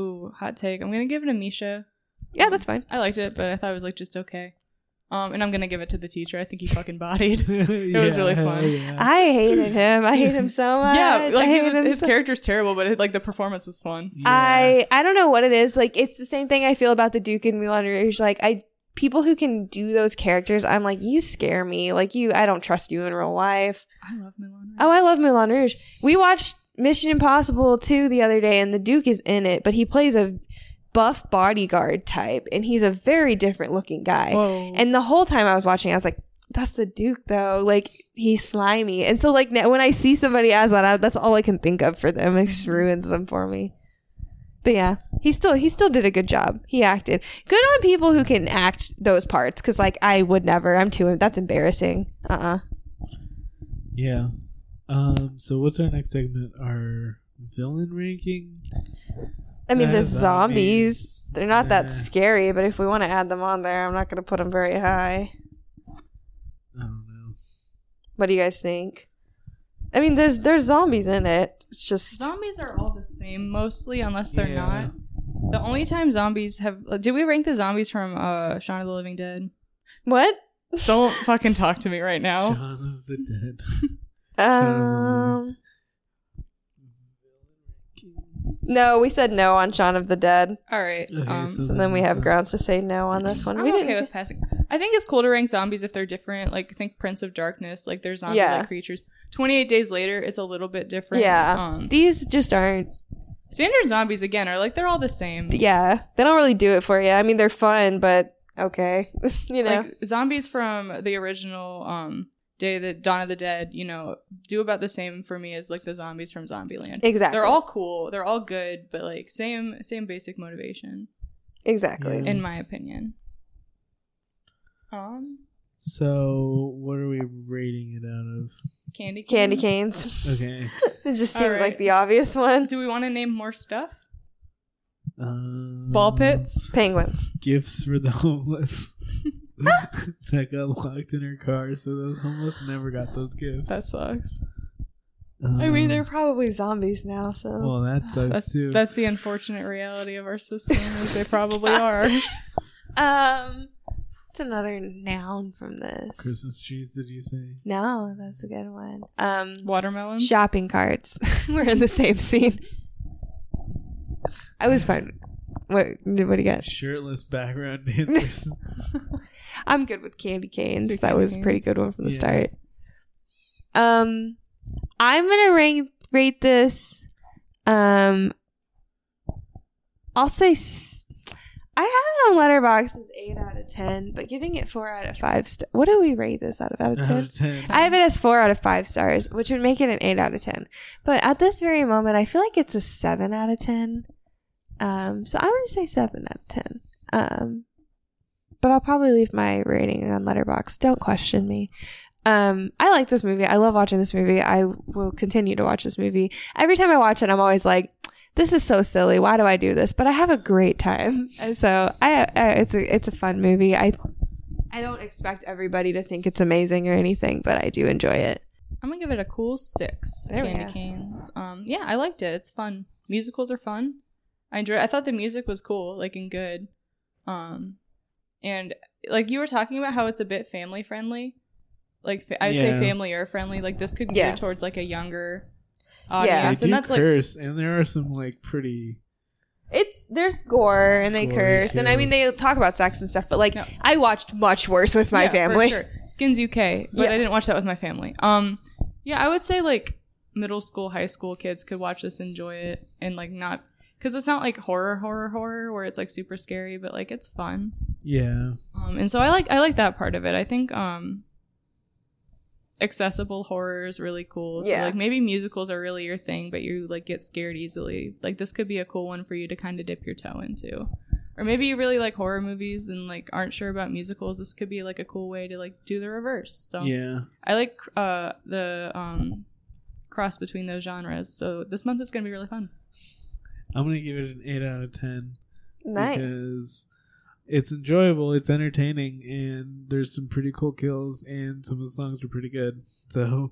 S1: Ooh, hot take. I'm gonna give it to Misha.
S2: Yeah, that's fine.
S1: I liked it, but I thought it was like just okay. Um, and I'm gonna give it to the teacher. I think he fucking bodied.
S3: it
S1: was really fun.
S2: I hated him. I hate him so much.
S1: yeah,
S2: I
S1: like
S2: hate
S1: his,
S2: him
S1: his
S2: so-
S1: character's terrible, but it, like the performance was fun.
S2: I I don't know what it is. Like it's the same thing I feel about the Duke and Moulin Rouge. Like I people who can do those characters, I'm like you scare me. Like you, I don't trust you in real life.
S1: I love Milan.
S2: Oh, I love Moulin Rouge. We watched Mission Impossible 2 the other day, and the Duke is in it, but he plays a buff bodyguard type, and he's a very different looking guy.
S1: Whoa.
S2: And the whole time I was watching, I was like, that's the Duke, though. Like, he's slimy. And so, like, now, when I see somebody as that, I, that's all I can think of for them. It just ruins them for me. But yeah, he still he still did a good job. He acted good on people who can act those parts because like I would never. I'm too. That's embarrassing. Uh uh
S3: Yeah. Um. So what's our next segment? Our villain ranking.
S2: I mean,
S3: Uh,
S2: the zombies.
S3: zombies.
S2: They're not
S3: Uh,
S2: that scary, but if we want to add them on there, I'm not going to put them very high.
S3: I don't know.
S2: What do you guys think? I mean, there's there's zombies in it. It's just
S1: Zombies are all the same mostly, unless they're
S3: Yeah.
S1: not. The only time zombies have uh, did we rank the zombies from uh Shaun of the Living Dead?
S2: what?
S1: Don't fucking talk to me right now.
S3: Shaun of the Dead.
S2: Um, no, we said no on Shaun of the Dead.
S1: All right.
S3: Okay,
S1: um,
S3: so
S2: So then we have
S3: uh,
S2: grounds to say no on this one.
S1: I'm
S2: we
S1: okay
S2: didn't.
S1: with passing. I think it's cool to rank zombies if they're different. Like I think Prince of Darkness, like they're zombie like
S2: Yeah.
S1: creatures. Twenty eight days later, it's a little bit different.
S2: Yeah,
S1: Um,
S2: these just aren't.
S1: standard zombies again are like they're all the same.
S2: Yeah, they don't really do it for you. I mean, they're fun, but okay, you know.
S1: Like zombies from the original um Day of the Dawn of the Dead, you know, do about the same for me as like the zombies from Zombieland.
S2: Exactly.
S1: They're all cool. They're all good, but like same same basic motivation,
S2: exactly.
S3: Yeah.
S1: in my opinion. Um,
S3: So what are we rating it out
S1: candy canes.
S2: Candy canes.
S3: of? Okay.
S2: It just
S1: All
S2: seemed
S1: right.
S2: like the obvious one.
S1: Do we want to name more stuff?
S3: Um,
S1: Ball pits.
S2: Penguins.
S3: Gifts for the homeless. that got locked in her car, so those homeless never got those gifts.
S1: That sucks.
S3: Um,
S1: I mean,
S2: They're
S1: they're
S2: probably zombies now, so.
S3: Well, that sucks
S1: that's
S3: too.
S1: that's the unfortunate reality of our system is they probably are.
S2: um, it's another noun from this.
S3: Christmas trees. Did you say?
S2: No, that's a good one. Um,
S1: Watermelons.
S2: shopping carts. We're in the same scene. I was fine. What? What do you got?
S3: Shirtless background dancers.
S2: I'm good with candy canes.
S1: Two
S2: that
S1: candy
S2: was a pretty good one from the
S3: Yeah.
S2: start. Um, I'm gonna rank rate this. Um, I'll say s- I have it on Letterboxd as eight out of ten, but giving it four out of five. St- what do we rate this out of out of
S3: Out
S2: ten?
S3: of ten.
S2: I have it as four out of five stars, which would make it an eight out of ten. But at this very moment, I feel like it's a seven out of ten. Um, so I'm gonna say seven out of ten. Um, but I'll probably leave my rating on Letterbox. Don't question me. Um, I like this movie. I love watching this movie. I will continue to watch this movie. Every time I watch it, I'm always like, "This is so silly. Why do I do this?" But I have a great time, and so I, I it's a it's a fun movie. I I don't expect everybody to think it's amazing or anything, but I do enjoy it.
S1: I'm gonna give it a cool six.
S2: There we
S1: candy
S2: go.
S1: canes. Um, yeah, I liked it. It's fun. Musicals are fun. I enjoy. I thought the music was cool, like and good. Um, and like you were talking about how it's a bit family friendly. Like fa- I'd
S3: Yeah.
S1: say family or friendly. Like this could
S2: Yeah.
S1: gear towards like a younger
S2: They
S1: audience,
S3: They
S1: and
S3: do
S1: that's like
S3: curse, and there are some like pretty.
S2: It's there's gore and they
S3: Gore,
S2: curse and I mean they
S3: kills.
S2: talk about sex and stuff, but like
S1: No.
S2: I watched much worse with my
S1: Yeah, for
S2: family.
S1: sure. Skins UK, but
S2: Yeah.
S1: I didn't watch that with my family. Um, yeah, I would say like middle school, high school kids could watch this, enjoy it, and like not because it's not like horror, horror, horror, where it's like super scary, but like it's fun.
S3: Yeah.
S1: Um, and so I like I like that part of it. I think um, accessible horror is really cool. So
S2: Yeah.
S1: like maybe musicals are really your thing, but you like get scared easily. Like this could be a cool one for you to kind of dip your toe into. Or maybe you really like horror movies and like aren't sure about musicals. This could be like a cool way to like do the reverse. So
S3: Yeah.
S1: I like uh the um cross between those genres. So this month is going to be really fun.
S3: I'm gonna give it an eight out of ten.
S2: Nice.
S3: Because it's enjoyable, it's entertaining, and there's some pretty cool kills, and some of the songs are pretty good. So,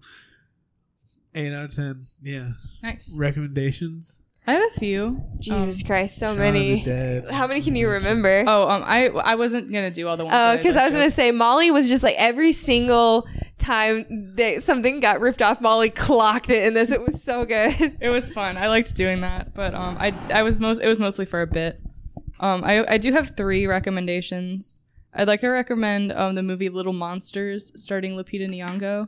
S3: eight out of ten. Yeah.
S1: Nice.
S3: Recommendations.
S1: I have a few.
S2: Jesus
S1: Um,
S2: Christ, so
S3: Shaun of the
S2: many.
S3: Dead.
S2: How many can you remember?
S1: Oh, um, I I wasn't gonna do all the ones.
S2: Oh,
S1: that
S2: because I was
S1: looked
S2: gonna say Molly was just like every single time that something got ripped off, Molly clocked it in this. It was so good.
S1: up. It was fun. I liked doing that, but um, I I was most it was mostly for a bit. Um, I I do have three recommendations. I'd like to recommend um the movie Little Monsters, starting Lupita Nyong'o.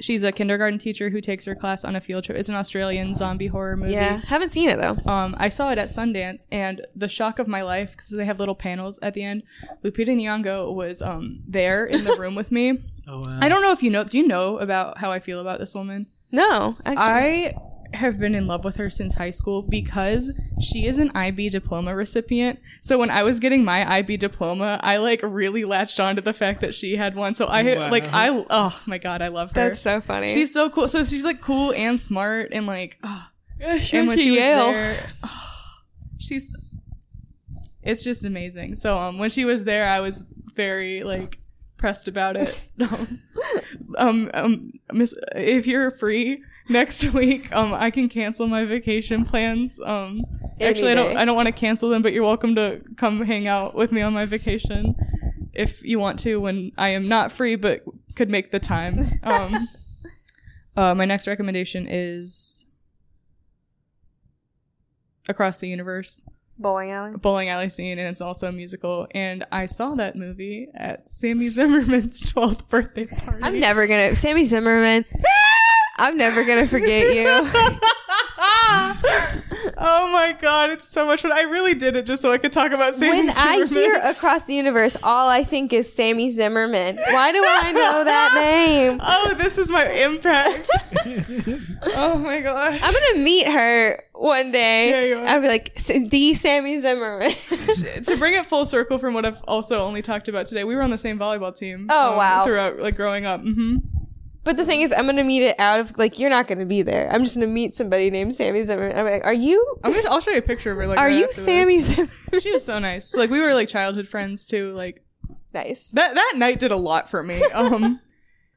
S1: She's a kindergarten teacher who takes her class on a field trip. It's an Australian zombie horror movie.
S2: Yeah, haven't seen it though.
S1: Um, I saw it at Sundance, and the shock of my life because they have little panels at the end. Lupita Nyong'o was um there in the room with me.
S3: Oh, wow.
S1: I don't know if you know. Do you know about how I feel about this woman?
S2: No, I,
S1: I have been in love with her since high school because she is an IB diploma recipient. So when I was getting my IB diploma, I like really latched onto the fact that she had one. So I
S3: Wow.
S1: like I oh my god, I love her.
S2: that's so funny.
S1: she's so cool. So she's like cool and smart and like oh,
S2: she
S1: and
S2: went to
S1: was
S2: Yale.
S1: there- she's it's just amazing. So um when she was there I was very like pressed about it. Um, um um miss if you're free next week um I can cancel my vacation plans. Um
S2: Any
S1: actually I don't
S2: day.
S1: I don't want to cancel them but you're welcome to come hang out with me on my vacation if you want to when I am not free but could make the time. Um uh, my next recommendation is Across the Universe
S2: bowling alley.
S1: bowling alley scene and it's also a musical and i saw that movie at sammy zimmerman's 12th birthday party
S2: I'm never gonna Sammy Zimmerman. I'm never gonna forget you.
S1: oh my god it's so much fun i really did it just so i could talk about sammy
S2: When I
S1: zimmerman
S2: hear across the universe, all I think is Sammy Zimmerman. Why do I know that name?
S1: oh this is my impact oh my god
S2: I'm gonna meet her one day.
S1: Yeah, you are.
S2: I'll be like "S- the Sammy Zimmerman.
S1: to bring it full circle from what i've also only talked about today we were on the same volleyball team um,
S2: Oh, wow.
S1: throughout like growing up hmm
S2: but the thing is, I'm gonna meet it out of like you're not gonna be there. I'm just gonna meet somebody named Sammy Zimmerman. I'm like, are you?
S1: i'm gonna i'll show you a picture of her like
S2: Are
S1: right
S2: you
S1: after this.
S2: Sammy Zimmerman?
S1: she was so nice like we were like childhood friends too like
S2: nice.
S1: that that night did a lot for me. Um,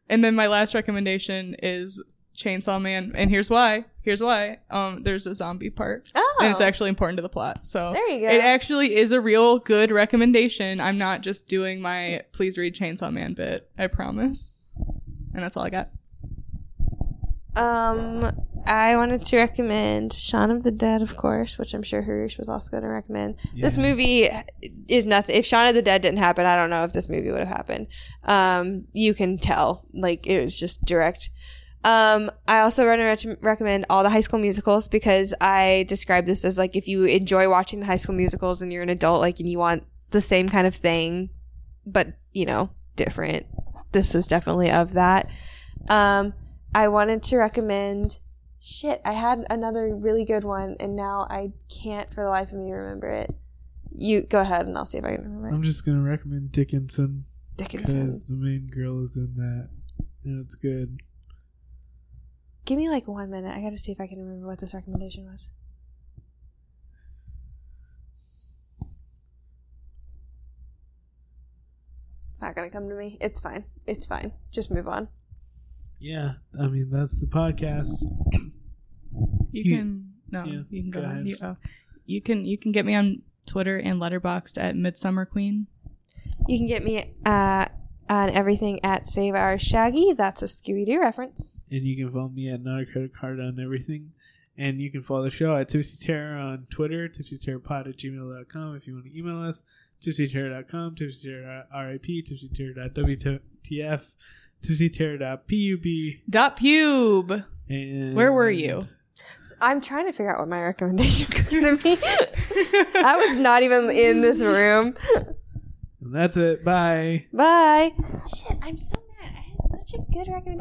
S1: and then my last recommendation is Chainsaw Man, and here's why. Here's why. Um, there's a zombie part,
S2: Oh.
S1: and it's actually important to the plot. So
S2: There you go.
S1: It actually is a real good recommendation. I'm not just doing my please read Chainsaw Man bit. I promise. And that's all I got.
S2: Um, I wanted to recommend Shaun of the Dead, of course, which I'm sure Harush was also going to recommend. This movie is nothing. If Shaun of the Dead didn't happen, I don't know if this movie would have happened. Um, you can tell, like it was just direct. Um, I also want to rec- recommend all the High School Musicals because I describe this as like if you enjoy watching the High School Musicals and you're an adult, like and you want the same kind of thing, but you know, different. This is definitely of that. Um, I wanted to recommend. Shit, I had another really good one, and now I can't for the life of me remember it. You go ahead, and I'll see if I can remember.
S3: I'm
S2: it.
S3: just gonna recommend Dickinson
S2: Dickinson.
S3: because the main girl is in that, and it's good.
S2: Give me like one minute. I gotta see if I can remember what this recommendation was. It's not gonna come to me. It's fine. It's fine. Just move on.
S3: Yeah, I mean that's the podcast.
S1: You
S3: You-
S1: can no,
S3: yeah,
S1: you can go,
S3: go
S1: on.
S3: ahead.
S1: You, oh. you can you can get me on Twitter and Letterboxd at Midsummer Queen.
S2: You can get me uh, on everything at Save Our Shaggy. That's a Scooby Doo reference.
S3: and you can follow me at not a credit card on everything and you can follow the show at tipsy terror on twitter tipsy terror pod at gmail.com if you want to email us tipsy terror.com tipsy terror rip tipsy terror.wtf tipsy terror.pub
S1: Dot pube.
S3: and
S1: Where were you?
S2: I'm trying to figure out what my recommendation was gonna be. I was not even in this room.
S3: and that's it bye
S2: Bye. Shit, I'm so mad. I had such a good recommendation.